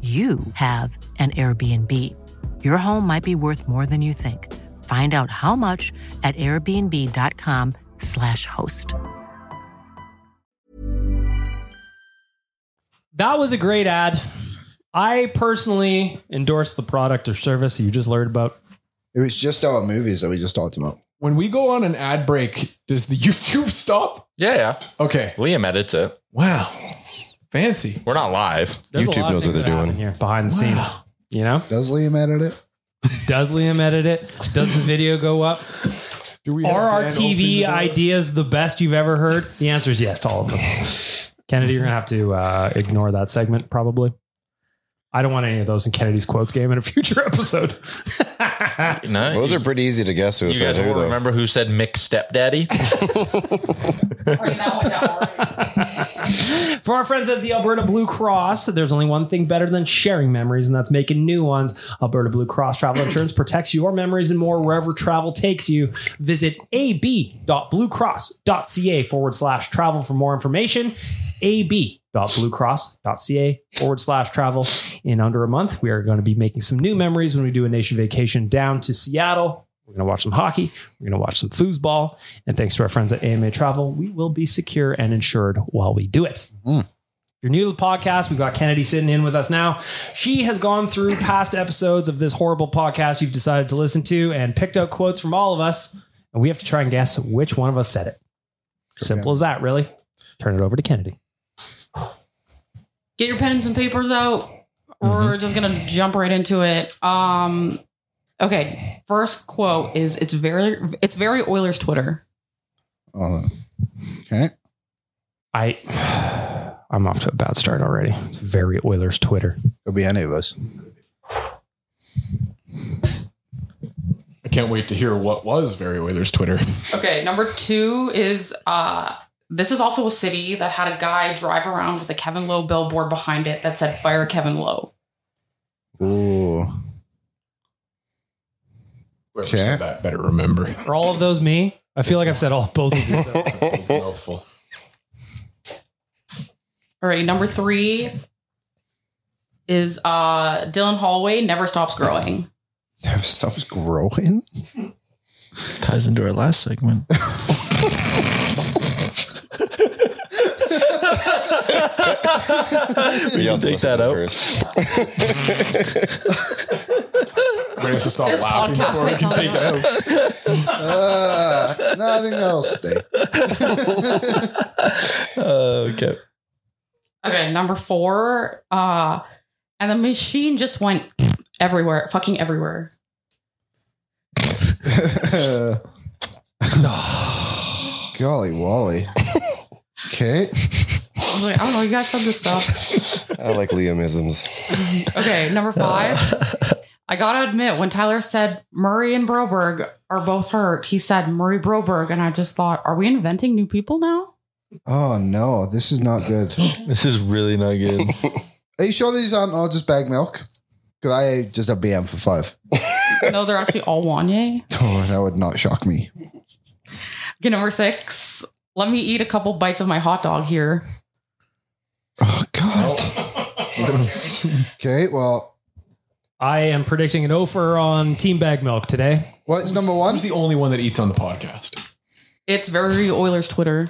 [SPEAKER 10] you have an Airbnb. Your home might be worth more than you think. Find out how much at airbnb.com/slash host.
[SPEAKER 2] That was a great ad. I personally endorse the product or service you just learned about.
[SPEAKER 3] It was just our movies that we just talked about.
[SPEAKER 6] When we go on an ad break, does the YouTube stop?
[SPEAKER 4] Yeah, yeah.
[SPEAKER 6] Okay.
[SPEAKER 4] Liam edits it.
[SPEAKER 6] Wow. Fancy.
[SPEAKER 4] We're not live.
[SPEAKER 2] There's a
[SPEAKER 5] YouTube
[SPEAKER 2] lot of
[SPEAKER 5] knows what
[SPEAKER 2] things
[SPEAKER 5] they're
[SPEAKER 2] that happen
[SPEAKER 5] doing.
[SPEAKER 2] here behind the scenes. You know,
[SPEAKER 3] Does Liam edit it?
[SPEAKER 2] does Liam edit it? Does the video go up?
[SPEAKER 6] Do we
[SPEAKER 2] Are
[SPEAKER 6] have
[SPEAKER 2] our
[SPEAKER 6] Dan open the
[SPEAKER 2] TV
[SPEAKER 6] door?
[SPEAKER 2] ideas the best you've ever heard? The answer is yes to all of them.
[SPEAKER 9] Kennedy, you're gonna have to uh, ignore that segment probably. I don't want any of those in Kennedy's quotes game in a future episode.
[SPEAKER 4] No,
[SPEAKER 5] Those are pretty easy to guess who
[SPEAKER 4] you
[SPEAKER 5] said
[SPEAKER 4] guys
[SPEAKER 5] who,
[SPEAKER 4] all
[SPEAKER 5] though.
[SPEAKER 4] remember who said Mick Stepdaddy?
[SPEAKER 2] For our friends at the Alberta Blue Cross, there's only one thing better than sharing memories, and that's making new ones. Alberta Blue Cross Travel Insurance protects your memories and more wherever travel takes you. Visit ab.bluecross.ca forward slash travel for more information. ab.bluecross.ca forward slash travel. In under a month, we are going to be making some new memories when we do a nation vacation down to Seattle. We're going to watch some hockey. We're going to watch some foosball. And thanks to our friends at AMA Travel, we will be secure and insured while we do it.
[SPEAKER 3] Mm.
[SPEAKER 2] If you're new to the podcast, we've got Kennedy sitting in with us now. She has gone through past episodes of this horrible podcast you've decided to listen to and picked out quotes from all of us. And we have to try and guess which one of us said it. Simple as that, really. Turn it over to Kennedy.
[SPEAKER 11] get your pens and papers out. We're just gonna jump right into it. Um, okay, first quote is it's very it's very Oilers Twitter.
[SPEAKER 3] Oh, okay.
[SPEAKER 9] I I'm off to a bad start already. It's very Oilers Twitter.
[SPEAKER 3] Could be any of us.
[SPEAKER 6] I can't wait to hear what was very Oilers Twitter.
[SPEAKER 11] Okay, number two is uh, this is also a city that had a guy drive around with a Kevin Lowe billboard behind it that said "Fire Kevin Lowe."
[SPEAKER 3] Ooh.
[SPEAKER 6] Whoever said that better remember.
[SPEAKER 2] Are all of those me? I feel like I've said all both of you.
[SPEAKER 6] Mouthful.
[SPEAKER 11] All right, number three is uh, Dylan Hallway never stops growing.
[SPEAKER 3] Never stops growing.
[SPEAKER 7] Ties into our last segment.
[SPEAKER 4] we can take that out.
[SPEAKER 6] We're going to stop
[SPEAKER 3] This
[SPEAKER 6] laughing
[SPEAKER 3] podcast
[SPEAKER 6] before we
[SPEAKER 3] is
[SPEAKER 6] can
[SPEAKER 3] all
[SPEAKER 6] take it out.
[SPEAKER 3] Uh, nothing else. Stay.
[SPEAKER 4] okay.
[SPEAKER 11] Okay, number four. Uh and the machine just went everywhere, fucking everywhere.
[SPEAKER 3] Uh, Golly Wally.
[SPEAKER 11] I
[SPEAKER 3] Okay.
[SPEAKER 11] was like, I don't know, you guys said this stuff.
[SPEAKER 5] I like Liamisms.
[SPEAKER 11] Okay, number five. I gotta admit, when Tyler said Murray and Broberg are both hurt, he said Murray Broberg, and I just thought, are we inventing new people now?
[SPEAKER 3] Oh no, this is not good.
[SPEAKER 7] this is really not good.
[SPEAKER 3] Are you sure these aren't all just bag milk? Because I ate just a BM for five.
[SPEAKER 11] no, they're actually all Wanye.
[SPEAKER 3] Oh, that would not shock me.
[SPEAKER 11] Okay, number six. Let me eat a couple bites of my hot dog here.
[SPEAKER 3] okay, well,
[SPEAKER 2] I am predicting an offer on Team Bag Milk today.
[SPEAKER 3] What's number one?
[SPEAKER 6] Who's the only one that eats on the podcast?
[SPEAKER 11] It's very Oilers Twitter.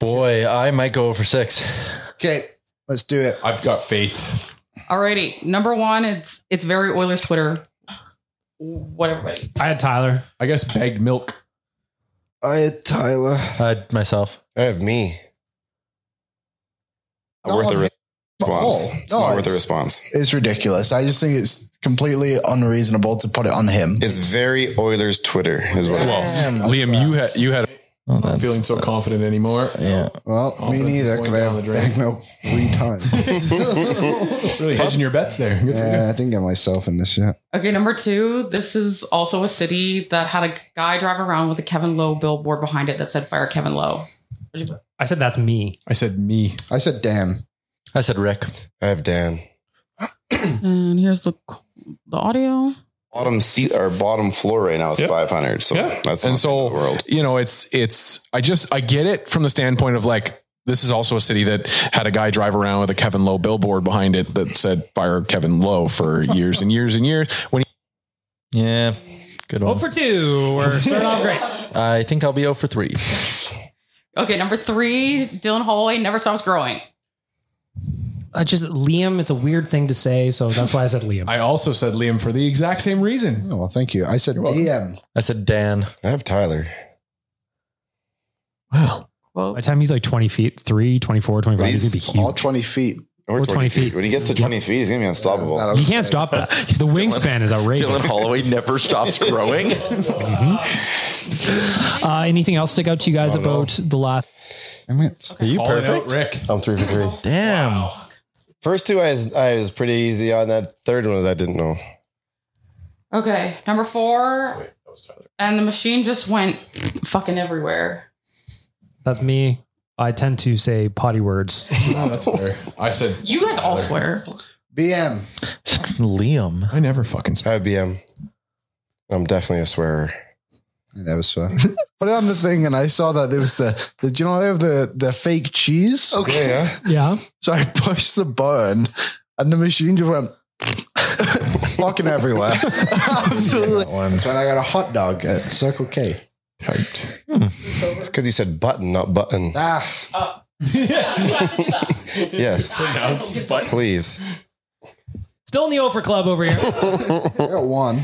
[SPEAKER 4] Boy, I might go for six.
[SPEAKER 3] Okay, let's do it.
[SPEAKER 6] I've got faith.
[SPEAKER 11] Alrighty, number one, it's it's very Oilers Twitter. What everybody?
[SPEAKER 2] I had Tyler.
[SPEAKER 6] I guess bagged milk.
[SPEAKER 3] I had Tyler.
[SPEAKER 4] I had myself.
[SPEAKER 5] I have me.
[SPEAKER 3] Not
[SPEAKER 5] worth a
[SPEAKER 3] on
[SPEAKER 5] re-
[SPEAKER 3] him at all.
[SPEAKER 5] response. It's
[SPEAKER 3] Oh, No,
[SPEAKER 5] not worth a
[SPEAKER 3] it's-
[SPEAKER 5] response.
[SPEAKER 12] It's ridiculous. I just think it's completely unreasonable to put it on him.
[SPEAKER 5] It's very Oilers Twitter as well.
[SPEAKER 6] Well, Liam, you had you had.
[SPEAKER 4] Oh,
[SPEAKER 7] I'm not
[SPEAKER 6] feeling so confident anymore.
[SPEAKER 7] Yeah.
[SPEAKER 3] Well, me
[SPEAKER 6] Confidence is
[SPEAKER 3] neither,
[SPEAKER 6] going
[SPEAKER 3] because I
[SPEAKER 6] down the
[SPEAKER 3] have
[SPEAKER 6] drain.
[SPEAKER 3] bag milk three times.
[SPEAKER 6] really hedging your bets there. Good for
[SPEAKER 3] yeah, I didn't get myself in this yet.
[SPEAKER 11] Okay, number two, this is also a city that had a guy drive around with a Kevin Lowe billboard behind it that said "Fire Kevin Lowe."
[SPEAKER 2] I said that's me.
[SPEAKER 6] I said me.
[SPEAKER 3] I said damn.
[SPEAKER 4] I said Rick.
[SPEAKER 5] I have Dan.
[SPEAKER 11] And here's the the audio.
[SPEAKER 5] Bottom seat or bottom floor right now is
[SPEAKER 6] Yeah.
[SPEAKER 5] 500. So
[SPEAKER 6] Yeah.
[SPEAKER 5] that's
[SPEAKER 6] and
[SPEAKER 5] not
[SPEAKER 6] so
[SPEAKER 5] the world.
[SPEAKER 6] you know it's it's i just i get it from the standpoint of like this is also a city that had a guy drive around with a kevin lowe billboard behind it that said fire kevin lowe for years and years and years when he
[SPEAKER 4] yeah good
[SPEAKER 2] Oh for two. We're starting off great.
[SPEAKER 4] I think I'll be 0 for three.
[SPEAKER 11] Okay, number three, Dylan Holloway never stops growing.
[SPEAKER 2] I just Liam. It's a weird thing to say, so that's why I said Liam.
[SPEAKER 6] i also said liam for the exact same reason
[SPEAKER 3] oh well thank you i said DM.
[SPEAKER 4] I said Dan.
[SPEAKER 5] I have Tyler.
[SPEAKER 2] By the time he's like 20 feet, three, 24, 25, he's going to be huge.
[SPEAKER 3] all 20 feet.
[SPEAKER 5] Or
[SPEAKER 9] Or 20 feet.
[SPEAKER 5] When he gets to 20 feet, he's going to be unstoppable.
[SPEAKER 9] You can't stop that. The wingspan is outrageous.
[SPEAKER 4] Dylan Holloway never stops growing.
[SPEAKER 9] Uh, anything else stick out to you guys about the last?
[SPEAKER 5] Are you
[SPEAKER 6] Calling perfect? out
[SPEAKER 5] Rick? I'm three for three. Damn. First two, I was, I was pretty easy on. That third one, I didn't know.
[SPEAKER 11] Okay, number four. and the machine just went fucking everywhere.
[SPEAKER 9] That's me. I tend to say potty words.
[SPEAKER 6] Oh, that's fair. I said
[SPEAKER 11] You guys all swear.
[SPEAKER 3] BM.
[SPEAKER 5] Liam. I never fucking swear. I BM. I'm definitely a swearer.
[SPEAKER 3] I never swear. Put it on the thing, and I saw that there was the. the do you know they have the the fake cheese?
[SPEAKER 5] Okay.
[SPEAKER 9] Yeah.
[SPEAKER 3] So I pushed the button, and the machine just went fucking everywhere. Absolutely. That's when I got a hot dog at Circle K. Hmm.
[SPEAKER 6] Typed.
[SPEAKER 5] It's because you said button, not button.
[SPEAKER 3] Ah.
[SPEAKER 5] Yes. Please.
[SPEAKER 9] Still in the over club over here.
[SPEAKER 3] got one.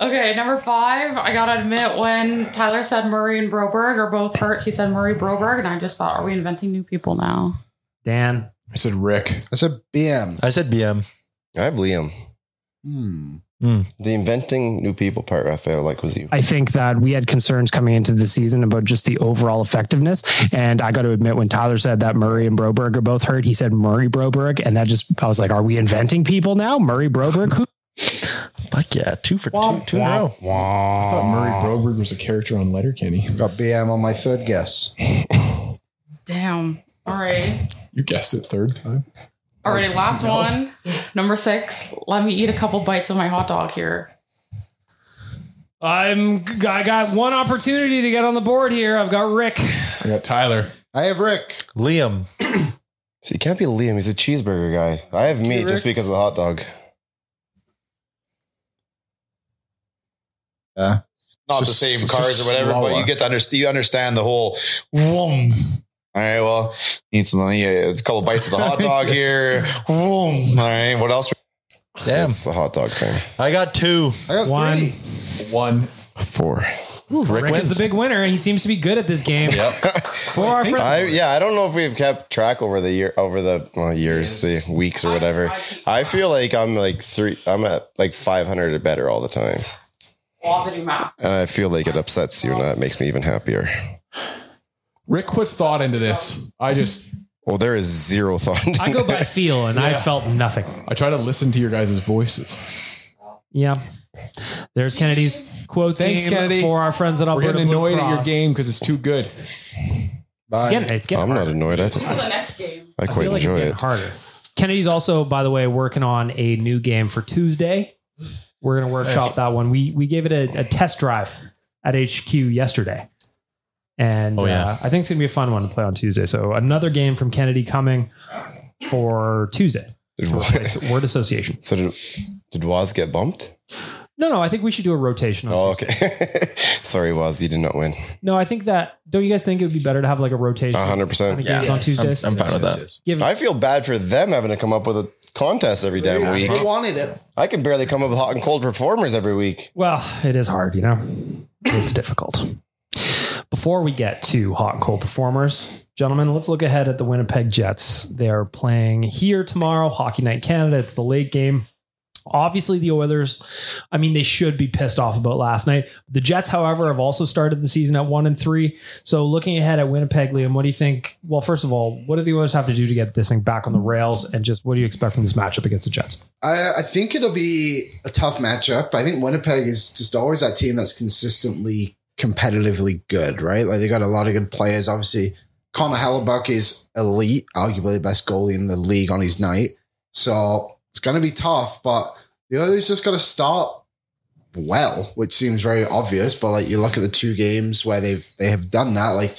[SPEAKER 11] Okay, number five. I gotta admit, when Tyler said Murray and Broberg are both hurt, he said Murray Broberg, and I just thought, are we inventing new people now?
[SPEAKER 9] Dan.
[SPEAKER 6] I said Rick.
[SPEAKER 3] I said BM.
[SPEAKER 5] I said BM. I have Liam.
[SPEAKER 3] Hmm.
[SPEAKER 5] The inventing new people part, I feel like was you.
[SPEAKER 9] I
[SPEAKER 13] think that we had concerns coming into the season about just the overall effectiveness. And I got to admit, when Tyler said that Murray and Broberg are both hurt, he said Murray Broberg. And that just, I was like, are we inventing people now? Murray Broberg? Who?
[SPEAKER 7] Fuck yeah, two for two, two in a row.
[SPEAKER 6] I thought Murray Broberg was a character on Letterkenny.
[SPEAKER 3] Got BM on my third guess.
[SPEAKER 11] Damn. All right.
[SPEAKER 6] You guessed it third time.
[SPEAKER 11] All right, last
[SPEAKER 6] No.
[SPEAKER 11] one. Number six. Let me eat a couple bites of my hot dog here.
[SPEAKER 2] I'm. I got one opportunity to get on the board here. I've got Rick.
[SPEAKER 6] I got Tyler.
[SPEAKER 3] I have Rick.
[SPEAKER 5] Liam. See, it can't be Liam. He's a cheeseburger guy. I have meat just because of the hot dog.
[SPEAKER 3] Yeah.
[SPEAKER 5] Not
[SPEAKER 3] Just-
[SPEAKER 5] the same
[SPEAKER 3] just
[SPEAKER 5] cars or whatever, but
[SPEAKER 3] slower.
[SPEAKER 5] you get to understand. You understand the whole. Whoom. All right. Well, eat some. Yeah, it's a couple bites of the hot dog here. Whoom. All right. What else? Damn, it's the hot dog thing.
[SPEAKER 4] I got two.
[SPEAKER 3] I got
[SPEAKER 2] One.
[SPEAKER 3] three.
[SPEAKER 6] One.
[SPEAKER 5] Four.
[SPEAKER 2] Rick, is the big winner, and he seems to be good at this game. For our friends.
[SPEAKER 5] I, yeah, I don't know if we've kept track over the year, over the well, years, the weeks or whatever. I, feel like I'm like three. I'm at like 500 or better all the time,
[SPEAKER 11] We'll have to do math.
[SPEAKER 5] and I feel like it upsets you, and that makes me even happier.
[SPEAKER 6] Rick puts thought into this. I just
[SPEAKER 5] Well, there is zero thought.
[SPEAKER 2] I go by feel, and I felt nothing.
[SPEAKER 6] I try to listen to your guys' voices.
[SPEAKER 2] Yeah. There's Kennedy's quotes
[SPEAKER 6] Thanks,
[SPEAKER 2] game
[SPEAKER 6] Kennedy.
[SPEAKER 2] for our friends at
[SPEAKER 6] We're
[SPEAKER 2] Alberta.
[SPEAKER 6] getting
[SPEAKER 2] Blue
[SPEAKER 6] annoyed at your
[SPEAKER 2] Cross.
[SPEAKER 6] game because it's too good.
[SPEAKER 3] Bye.
[SPEAKER 2] It's getting, it's getting
[SPEAKER 5] I'm not annoyed. I,
[SPEAKER 11] The next game.
[SPEAKER 5] I quite
[SPEAKER 2] feel like it's
[SPEAKER 5] enjoy
[SPEAKER 2] getting
[SPEAKER 5] it.
[SPEAKER 2] harder. Kennedy's also, by the way, working on a new game for Tuesday. We're going to workshop that one. We we gave it a, a test drive at HQ yesterday, and
[SPEAKER 4] Oh, yeah.
[SPEAKER 2] uh, I think it's going to be a fun one to play on Tuesday. So another game from Kennedy coming for Tuesday. To replace Word association.
[SPEAKER 5] So did, did Waz get bumped?
[SPEAKER 2] No, no, I think we should do a rotation. On
[SPEAKER 5] Oh, okay. Sorry, Waz, you did not win.
[SPEAKER 2] No, I think that don't you guys think it would be better to have like a rotation?
[SPEAKER 5] 100. percent
[SPEAKER 2] Yeah. games on Tuesdays?
[SPEAKER 5] I'm, fine with that.
[SPEAKER 2] Give-
[SPEAKER 5] I feel bad for them having to come up with a contest every damn week.
[SPEAKER 3] I wanted it.
[SPEAKER 5] I can barely come up with hot and cold performers every week.
[SPEAKER 2] Well, it is hard, you know. It's difficult. Before we get to hot and cold performers, gentlemen, let's look ahead at the Winnipeg Jets. They are playing here tomorrow, Hockey Night Canada. It's the late game. Obviously, the Oilers, I mean, they should be pissed off about last night. The Jets, however, have also started the season at one and three. So, looking ahead at Winnipeg, Liam, what do you think? Well, first of all, what do the Oilers have to do to get this thing back on the rails? And just what do you expect from this matchup against the Jets?
[SPEAKER 3] I, I think it'll be a tough matchup. I think Winnipeg is just always that team that's consistently competitively good, right? Like they got a lot of good players. Obviously, Connor Hellebuck is elite, arguably the best goalie in the league on his night. So it's going to be tough, but the others just got to start well, which seems very obvious. But like you look at the two games where they've they have done that, like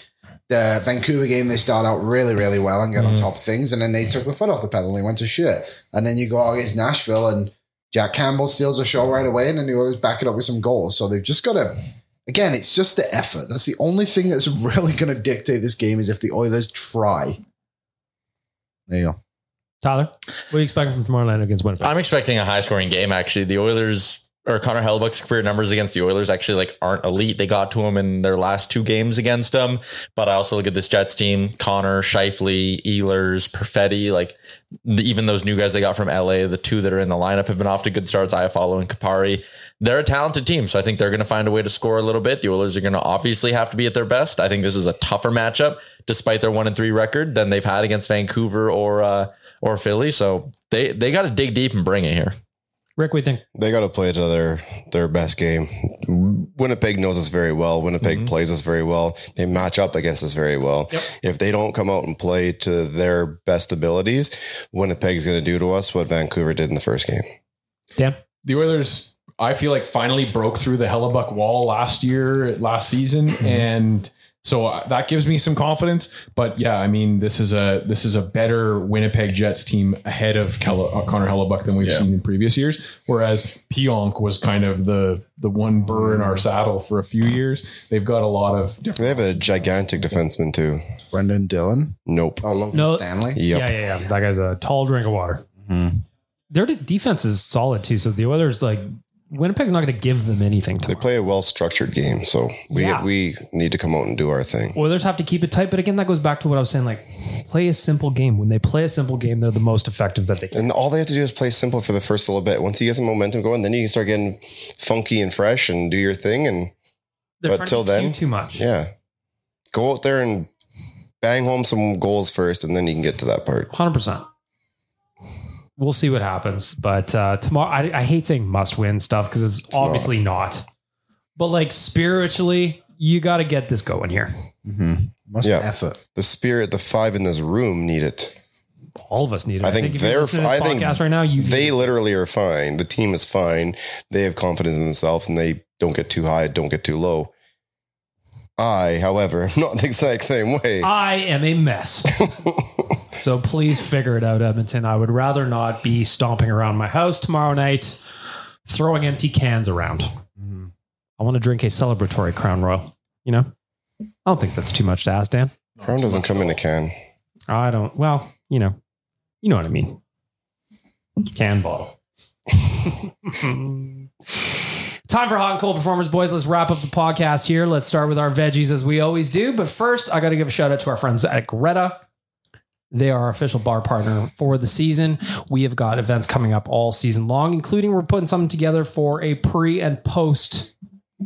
[SPEAKER 3] the Vancouver game, they start out really, really well and get on top of things, and then they took the foot off the pedal and they went to shit. And then you go out against Nashville, and Jack Campbell steals a show right away, and then the others back it up with some goals. So they've just got to. Again, it's just the effort. That's the only thing that's really going to dictate this game is if the Oilers try. There you go.
[SPEAKER 2] Tyler, what do you expect from Tomorrowland against Winnipeg?
[SPEAKER 4] I'm expecting a high scoring game, actually. The Oilers or Connor Hellebuck's career numbers against the Oilers actually like aren't elite. They got to him in their last two games against them. But I also look at this Jets team: Connor, Shifley, Ehlers, Perfetti. Like the, even those new guys they got from LA, the two that are in the lineup have been off to good starts. Iafallo and Kapari. They're a talented team, so I think they're going to find a way to score a little bit. The Oilers are going to obviously have to be at their best. I think this is a tougher matchup, despite their one and three record, than they've had against Vancouver or uh, or Philly. So they they got to dig deep and bring it here.
[SPEAKER 14] Rick, we think
[SPEAKER 5] They got to play to their their best game. Winnipeg knows us very well. Winnipeg plays us very well. They match up against us very well. If they don't come out and play to their best abilities, Winnipeg's going to do to us what Vancouver did in the first game.
[SPEAKER 6] the Oilers, I feel like finally broke through the Hellebuck wall last year, last season, and so uh, that gives me some confidence. But yeah, I mean, this is a this is a better Winnipeg Jets team ahead of Kel- uh, Connor Hellebuck than we've seen in previous years. Whereas Pionk was kind of the the one burr in our saddle for a few years. They've got a lot of
[SPEAKER 5] They have a gigantic defenseman too.
[SPEAKER 3] Brendan Dillon.
[SPEAKER 5] Nope.
[SPEAKER 3] Oh, Logan
[SPEAKER 2] No.
[SPEAKER 3] Stanley.
[SPEAKER 5] Yep.
[SPEAKER 2] Yeah, yeah, yeah. That guy's a tall drink of water. Their de- defense is solid too. So the Oilers, like Winnipeg's not going to give them anything.
[SPEAKER 5] They play a well structured game, so we
[SPEAKER 2] Yeah.
[SPEAKER 5] we need to come out and do our thing.
[SPEAKER 2] Oilers have to keep it tight. But again, that goes back to what I was saying. Like, play a simple game. When they play a simple game, they're the most effective that they can.
[SPEAKER 5] And all they have to do is play simple for the first little bit. Once you get some momentum going, then you can start getting funky and fresh and do your thing. And
[SPEAKER 2] They're
[SPEAKER 5] but
[SPEAKER 2] trying to
[SPEAKER 5] till then,
[SPEAKER 2] do too much.
[SPEAKER 5] Yeah, go out there and bang home some goals first, and then you can get to that part.
[SPEAKER 2] Hundred percent. We'll see what happens. But uh, tomorrow, I, I hate saying must win stuff because it's, obviously not. But like spiritually, you got to get this going here.
[SPEAKER 3] Mm-hmm. Must
[SPEAKER 5] yeah.
[SPEAKER 3] effort.
[SPEAKER 5] The spirit, the five in this room need it.
[SPEAKER 2] All of us need it.
[SPEAKER 5] I think,
[SPEAKER 2] if you're
[SPEAKER 5] they're.
[SPEAKER 2] listening to
[SPEAKER 5] I
[SPEAKER 2] this
[SPEAKER 5] think
[SPEAKER 2] podcast right now, you
[SPEAKER 5] they literally are fine. The team is fine. They have confidence in themselves, and they don't get too high, don't get too low. I, however, am not the exact same way.
[SPEAKER 2] I am a mess. so please figure it out, Edmonton. I would rather not be stomping around my house tomorrow night, throwing empty cans around. I want to drink a celebratory Crown Royal. You know, I don't think that's too much to ask, Dan.
[SPEAKER 5] Crown doesn't come in a can.
[SPEAKER 2] I don't. Well, you know, you know what I mean. Can bottle. Time for hot and cold performers, boys. Let's wrap up the podcast here. Let's start with our veggies as we always do. But first, I got to give a shout out to our friends at Greta. They are our official bar partner for the season. We have got events coming up all season long, including we're putting something together for a pre and post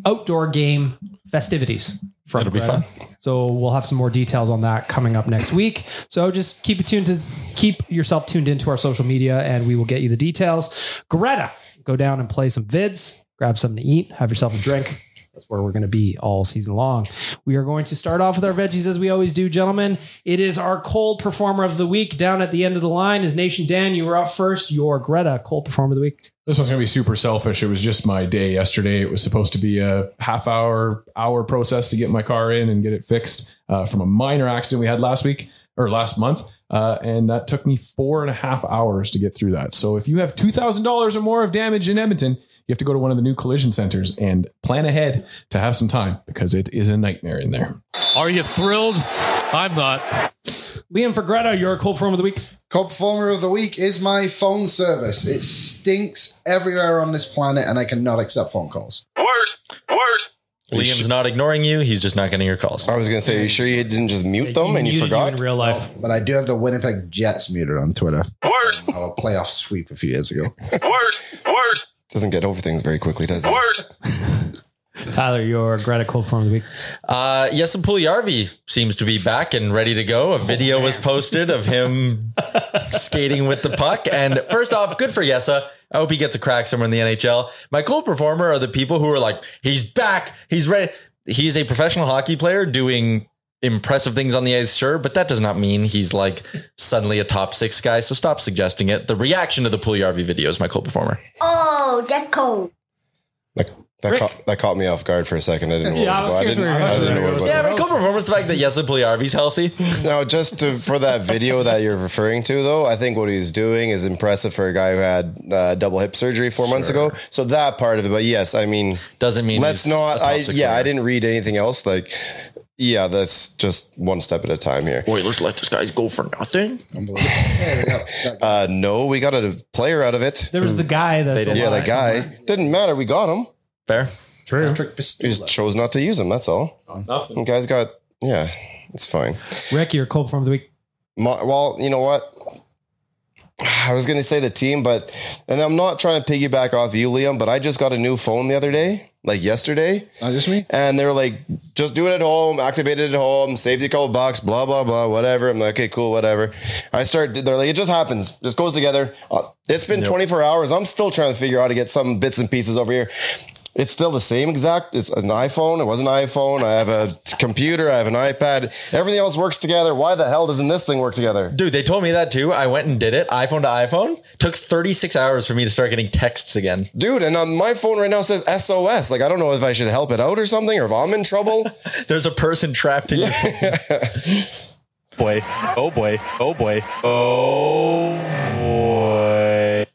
[SPEAKER 2] outdoor game festivities.
[SPEAKER 4] Front will be fun.
[SPEAKER 2] So we'll have some more details on that coming up next week. So just keep it tuned to keep yourself tuned into our social media and we will get you the details. Greta, go down and play some vids, grab something to eat, have yourself a drink. That's where we're going to be all season long. We are going to start off with our veggies as we always do, gentlemen. It is our cold performer of the week. Down at the end of the line is Nation Dan. You were up first. Your Greta cold performer of the week.
[SPEAKER 6] This one's gonna be super selfish. It was just my day yesterday. It was supposed to be a half hour, hour process to get my car in and get it fixed uh, from a minor accident we had last week or last month, uh, and that took me four and a half hours to get through that. So if you have two thousand dollars or more of damage in Edmonton, you have to go to one of the new collision centers and plan ahead to have some time because it is a nightmare in there.
[SPEAKER 2] Are you thrilled? I'm not. Liam for Greta, your cold performer of the week.
[SPEAKER 3] Cold performer of the week is my phone service. It stinks everywhere on this planet, and I cannot accept phone calls.
[SPEAKER 4] Liam's not ignoring you; he's just not getting your calls.
[SPEAKER 5] I was gonna say, are you sure you didn't just mute them and you, forgot?
[SPEAKER 2] real life.
[SPEAKER 3] Oh, But I do have the Winnipeg Jets muted on Twitter. Word. Our playoff sweep a few years ago.
[SPEAKER 5] Doesn't get over things very quickly, does it?
[SPEAKER 2] Tyler, your Greta cold performer of the week.
[SPEAKER 4] Uh, yes, and Pugliarvi seems to be back and ready to go. A video was posted of him skating with the puck. And first off, good for Yessa. I hope he gets a crack somewhere in the NHL. My cold performer are the people who are like, he's back, he's ready. He's a professional hockey player doing impressive things on the ice, sure, but that does not mean he's like suddenly a top six guy. So stop suggesting it. The reaction to the Pugliarvi video is my cold performer.
[SPEAKER 15] Oh, that's cold.
[SPEAKER 5] That, caught, that caught me off guard for a second. I didn't know
[SPEAKER 15] Yeah,
[SPEAKER 5] what was,
[SPEAKER 15] I
[SPEAKER 5] I
[SPEAKER 15] was
[SPEAKER 5] didn't,
[SPEAKER 15] curious
[SPEAKER 5] I
[SPEAKER 15] where
[SPEAKER 5] didn't know
[SPEAKER 15] you
[SPEAKER 5] what
[SPEAKER 15] were
[SPEAKER 5] was
[SPEAKER 4] Yeah, my cold performer is the fact that Yessa Pugliarvi's healthy.
[SPEAKER 5] Now, just to, for that video that you're referring to, though, I think what he's doing is impressive for a guy who had uh, double hip surgery four months ago. So that part of it, but yes, I mean,
[SPEAKER 4] doesn't mean
[SPEAKER 5] let's
[SPEAKER 4] he's
[SPEAKER 5] not.
[SPEAKER 4] a top
[SPEAKER 5] I
[SPEAKER 4] six
[SPEAKER 5] yeah,
[SPEAKER 4] player.
[SPEAKER 5] I didn't read anything else. Like Yeah, that's just one step at a time here. Oilers let this guys go for nothing. uh, no, we got a player out of it.
[SPEAKER 2] There was the guy that's
[SPEAKER 5] They didn't yeah, the
[SPEAKER 2] alive.
[SPEAKER 5] guy didn't matter. We got him.
[SPEAKER 4] Fair,
[SPEAKER 5] true. Patrick Pistula. just chose not to use him. That's all.
[SPEAKER 6] Nothing.
[SPEAKER 5] The guy's got yeah. It's fine.
[SPEAKER 9] Rick, your cold form of the week.
[SPEAKER 5] My, well, you know what? I was going to say the team, but, and I'm not trying to piggyback off you, Liam, but I just got a new phone the other day, like yesterday. Not Oh, just me? And they were like, just do it at home, activate it at home, save you a couple bucks, blah, blah, blah, whatever. I'm like, okay, cool, whatever. I start, they're like, it just happens, just goes together. Uh, It's been 24 hours. I'm still trying to figure out how to get some bits and pieces over here. It's still the same exact. It's an iPhone. It was an iPhone. I have a computer. I have an iPad. Everything else works together. Why the hell doesn't this thing work together?
[SPEAKER 4] Dude, they told me that too. I went and did it, iPhone to iPhone. Took 36 hours for me to start getting texts again.
[SPEAKER 5] Dude, and on my phone right now it says SOS. Like I don't know if I should help it out or something, or if I'm in trouble.
[SPEAKER 4] There's a person trapped in
[SPEAKER 5] your phone.
[SPEAKER 7] boy. Oh boy. Oh boy. Oh boy.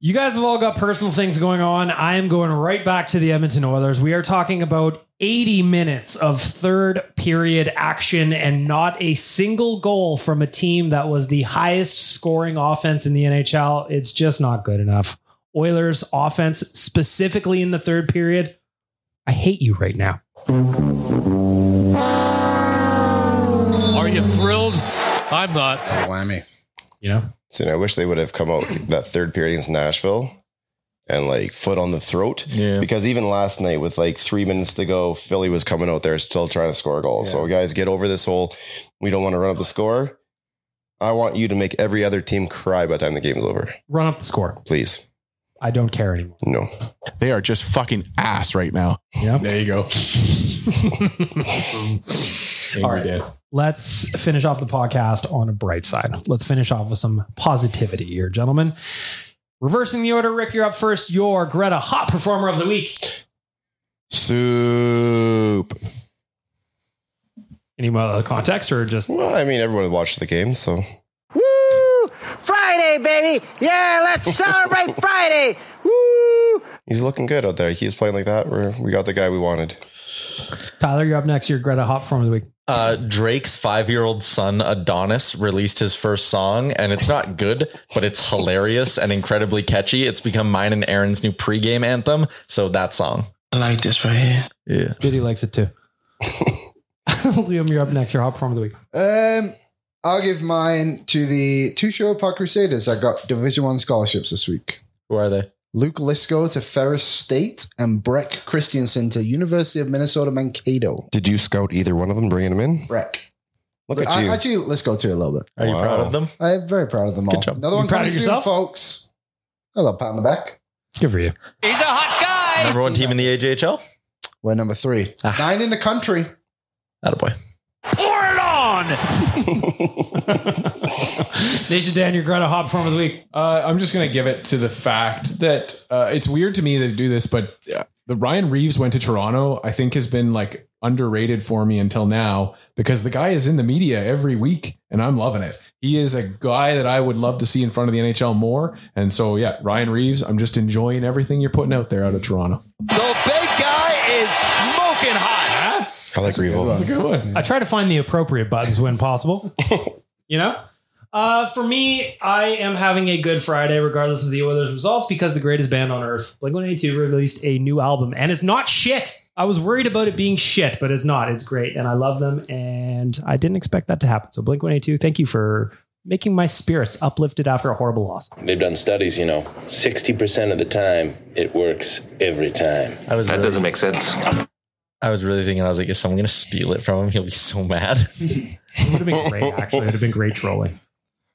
[SPEAKER 2] You guys have all got personal things going on. I am going right back to the Edmonton Oilers. We are talking about 80 minutes of third period action and not a single goal from a team that was the highest scoring offense in the NHL. It's just not good enough. Oilers offense, specifically in the third period, I hate you right now.
[SPEAKER 16] Are you thrilled? I'm not.
[SPEAKER 5] Whammy.
[SPEAKER 2] You know?
[SPEAKER 5] So you know, I wish they would have come out that third period against Nashville and like foot on the throat. Yeah. Because even last night with like three minutes to go, Philly was coming out there still trying to score a goal. So guys, get over this whole we don't want to run up the score. I want you to make every other team cry by the time the game's over.
[SPEAKER 2] Run up the score.
[SPEAKER 5] Please.
[SPEAKER 2] I don't care anymore.
[SPEAKER 5] No.
[SPEAKER 6] They are just fucking ass right now.
[SPEAKER 2] Yeah.
[SPEAKER 6] There you go.
[SPEAKER 2] All right. Let's finish off the podcast on a bright side. Let's finish off with some positivity here, gentlemen. Reversing the order, Rick, you're up first. Your Greta Hot Performer of the Week.
[SPEAKER 5] Soup.
[SPEAKER 2] Any more other context or just?
[SPEAKER 5] Well, I mean, everyone watched the game, so
[SPEAKER 17] Friday, baby. Yeah, let's celebrate Friday.
[SPEAKER 5] he's looking good out there. He was playing like that. We're, we got the guy we wanted.
[SPEAKER 2] Tyler, you're up next. Your Greta Hot Performer of the Week.
[SPEAKER 4] Uh, Drake's five year old son Adonis released his first song, and it's not good, but it's hilarious and incredibly catchy. It's become mine and Aaron's new pregame anthem. So that song.
[SPEAKER 2] I like this right here.
[SPEAKER 4] Yeah.
[SPEAKER 2] Biddy likes it too. Liam, you're up next. Your Hot Performer of the Week.
[SPEAKER 3] Um, I'll give mine to the two show puck crusaders. I got Division One scholarships this week.
[SPEAKER 4] Who are they?
[SPEAKER 3] Luke Lisco to Ferris State and Breck Christiansen to University of Minnesota Mankato.
[SPEAKER 5] Did you scout either one of them, bringing them in?
[SPEAKER 3] Breck.
[SPEAKER 5] Look at
[SPEAKER 3] I-
[SPEAKER 5] you.
[SPEAKER 3] Actually, let's go to it a little bit.
[SPEAKER 5] Are you Wow. proud of them?
[SPEAKER 3] I'm very proud of them all.
[SPEAKER 5] Good job.
[SPEAKER 3] Another
[SPEAKER 5] You
[SPEAKER 3] one
[SPEAKER 5] proud
[SPEAKER 3] coming
[SPEAKER 5] of
[SPEAKER 3] soon,
[SPEAKER 5] yourself?
[SPEAKER 3] folks. I love pat on the back.
[SPEAKER 2] Good for you.
[SPEAKER 17] He's a hot guy.
[SPEAKER 4] Number one team in the AJHL?
[SPEAKER 3] We're number three. Nine in the country.
[SPEAKER 4] Ah. Attaboy.
[SPEAKER 16] Pour it on.
[SPEAKER 2] Nation Dan, your Greta Hot Performer of the Week.
[SPEAKER 6] Uh, I'm just going to give it to the fact that uh, it's weird to me to do this, but uh, the Ryan Reeves went to Toronto, I think has been like underrated for me until now because the guy is in the media every week and I'm loving it. He is a guy that I would love to see in front of the NHL more. And so, yeah, Ryan Reeves, I'm just enjoying everything you're putting out there out of Toronto.
[SPEAKER 16] The big guy is smoking hot.
[SPEAKER 5] I like Reeves.
[SPEAKER 6] That's a good one.
[SPEAKER 2] I try to find the appropriate buttons when possible. you know? Uh, for me, I am having a good Friday, regardless of the Oilers' results, because the greatest band on earth, Blink 182, released a new album, and it's not shit. I was worried about it being shit, but it's not. It's great, and I love them, and I didn't expect that to happen. So, Blink 182, thank you for making my spirits uplifted after a horrible loss.
[SPEAKER 18] They've done studies, you know, 60% of the time, it works every time.
[SPEAKER 4] I was That really- doesn't
[SPEAKER 18] make sense.
[SPEAKER 4] I was really thinking, I was like, is someone going to steal it from him? He'll be so mad.
[SPEAKER 2] It would have been great, actually. It would have been great trolling.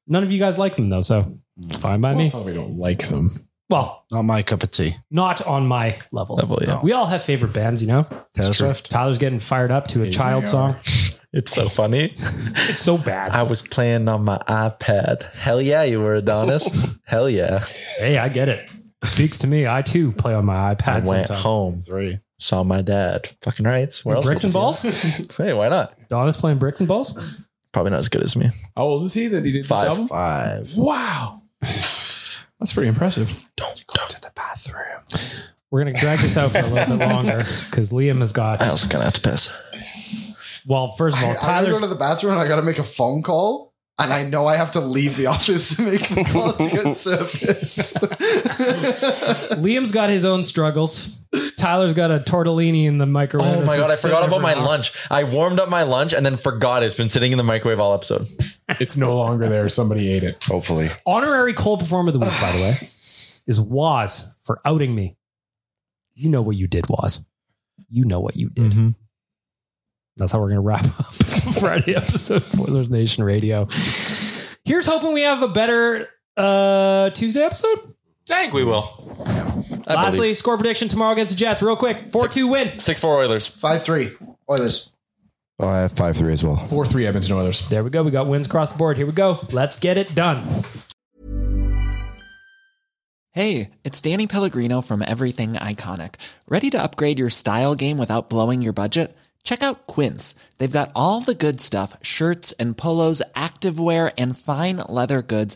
[SPEAKER 2] None of you guys like them, though, so it's fine by me.
[SPEAKER 6] we don't like them.
[SPEAKER 2] Well,
[SPEAKER 3] not my cup of tea.
[SPEAKER 2] Not on my level.
[SPEAKER 4] Level, yeah.
[SPEAKER 2] We all have favorite bands, you know? Taylor
[SPEAKER 4] Swift.
[SPEAKER 2] Tyler's getting fired up to a child
[SPEAKER 4] we are.
[SPEAKER 2] song.
[SPEAKER 4] It's so funny.
[SPEAKER 2] It's so bad.
[SPEAKER 4] I was playing on my iPad. Hell yeah, you were Adonis. Hell yeah.
[SPEAKER 2] Hey, I get it. Speaks to me. I too play on my
[SPEAKER 4] I
[SPEAKER 2] iPad.
[SPEAKER 4] went
[SPEAKER 2] sometimes.
[SPEAKER 4] home.
[SPEAKER 2] Three.
[SPEAKER 4] Saw my dad. Fucking rights. Where else
[SPEAKER 2] bricks
[SPEAKER 4] would
[SPEAKER 2] and
[SPEAKER 4] you
[SPEAKER 2] balls?
[SPEAKER 4] see it? hey, why not?
[SPEAKER 2] Donna's playing bricks and balls?
[SPEAKER 4] Probably not as good as me.
[SPEAKER 6] How old is he that he did
[SPEAKER 4] Five.
[SPEAKER 6] this album?
[SPEAKER 4] Five.
[SPEAKER 6] Wow. That's pretty impressive.
[SPEAKER 2] We're gonna drag this out for a little bit longer because Liam has got. I
[SPEAKER 4] also gonna have to piss.
[SPEAKER 9] Well, first of all,
[SPEAKER 3] I gotta go
[SPEAKER 9] Tyler's
[SPEAKER 3] to the bathroom and I got to make a phone call. And I know I have to leave the office to make the call to get service.
[SPEAKER 9] Liam's got his own struggles. Tyler's got a tortellini in the microwave.
[SPEAKER 4] Oh
[SPEAKER 9] that's
[SPEAKER 4] my
[SPEAKER 9] been
[SPEAKER 4] god, I
[SPEAKER 9] sitting there
[SPEAKER 4] forgot about
[SPEAKER 9] for
[SPEAKER 4] my
[SPEAKER 9] an hour.
[SPEAKER 4] lunch. I warmed up my lunch and then forgot it's been sitting in the microwave all episode.
[SPEAKER 6] It's no longer there. Somebody ate it.
[SPEAKER 5] Hopefully.
[SPEAKER 9] Honorary Cole Performer of the Week, by the way, is Waz for outing me. You know what you did, Waz. You know what you did.
[SPEAKER 4] Mm-hmm.
[SPEAKER 9] That's how we're going to wrap up Friday episode of Oilers Nation Radio. Here's hoping we have a better uh, Tuesday episode.
[SPEAKER 4] I think we will. I
[SPEAKER 9] Lastly,
[SPEAKER 4] believe.
[SPEAKER 9] score prediction tomorrow against the Jets, real quick. 4 2 win.
[SPEAKER 4] 6 4 Oilers.
[SPEAKER 3] 5 3 Oilers.
[SPEAKER 5] Oh, I have five three as well.
[SPEAKER 6] Four three Edmonton Oilers.
[SPEAKER 9] There we go. We got wins across the board. Here we go. Let's get it done.
[SPEAKER 19] Hey, it's Danny Pellegrino from Everything Iconic. Ready to upgrade your style game without blowing your budget? Check out Quince. They've got all the good stuff shirts and polos, activewear, and fine leather goods,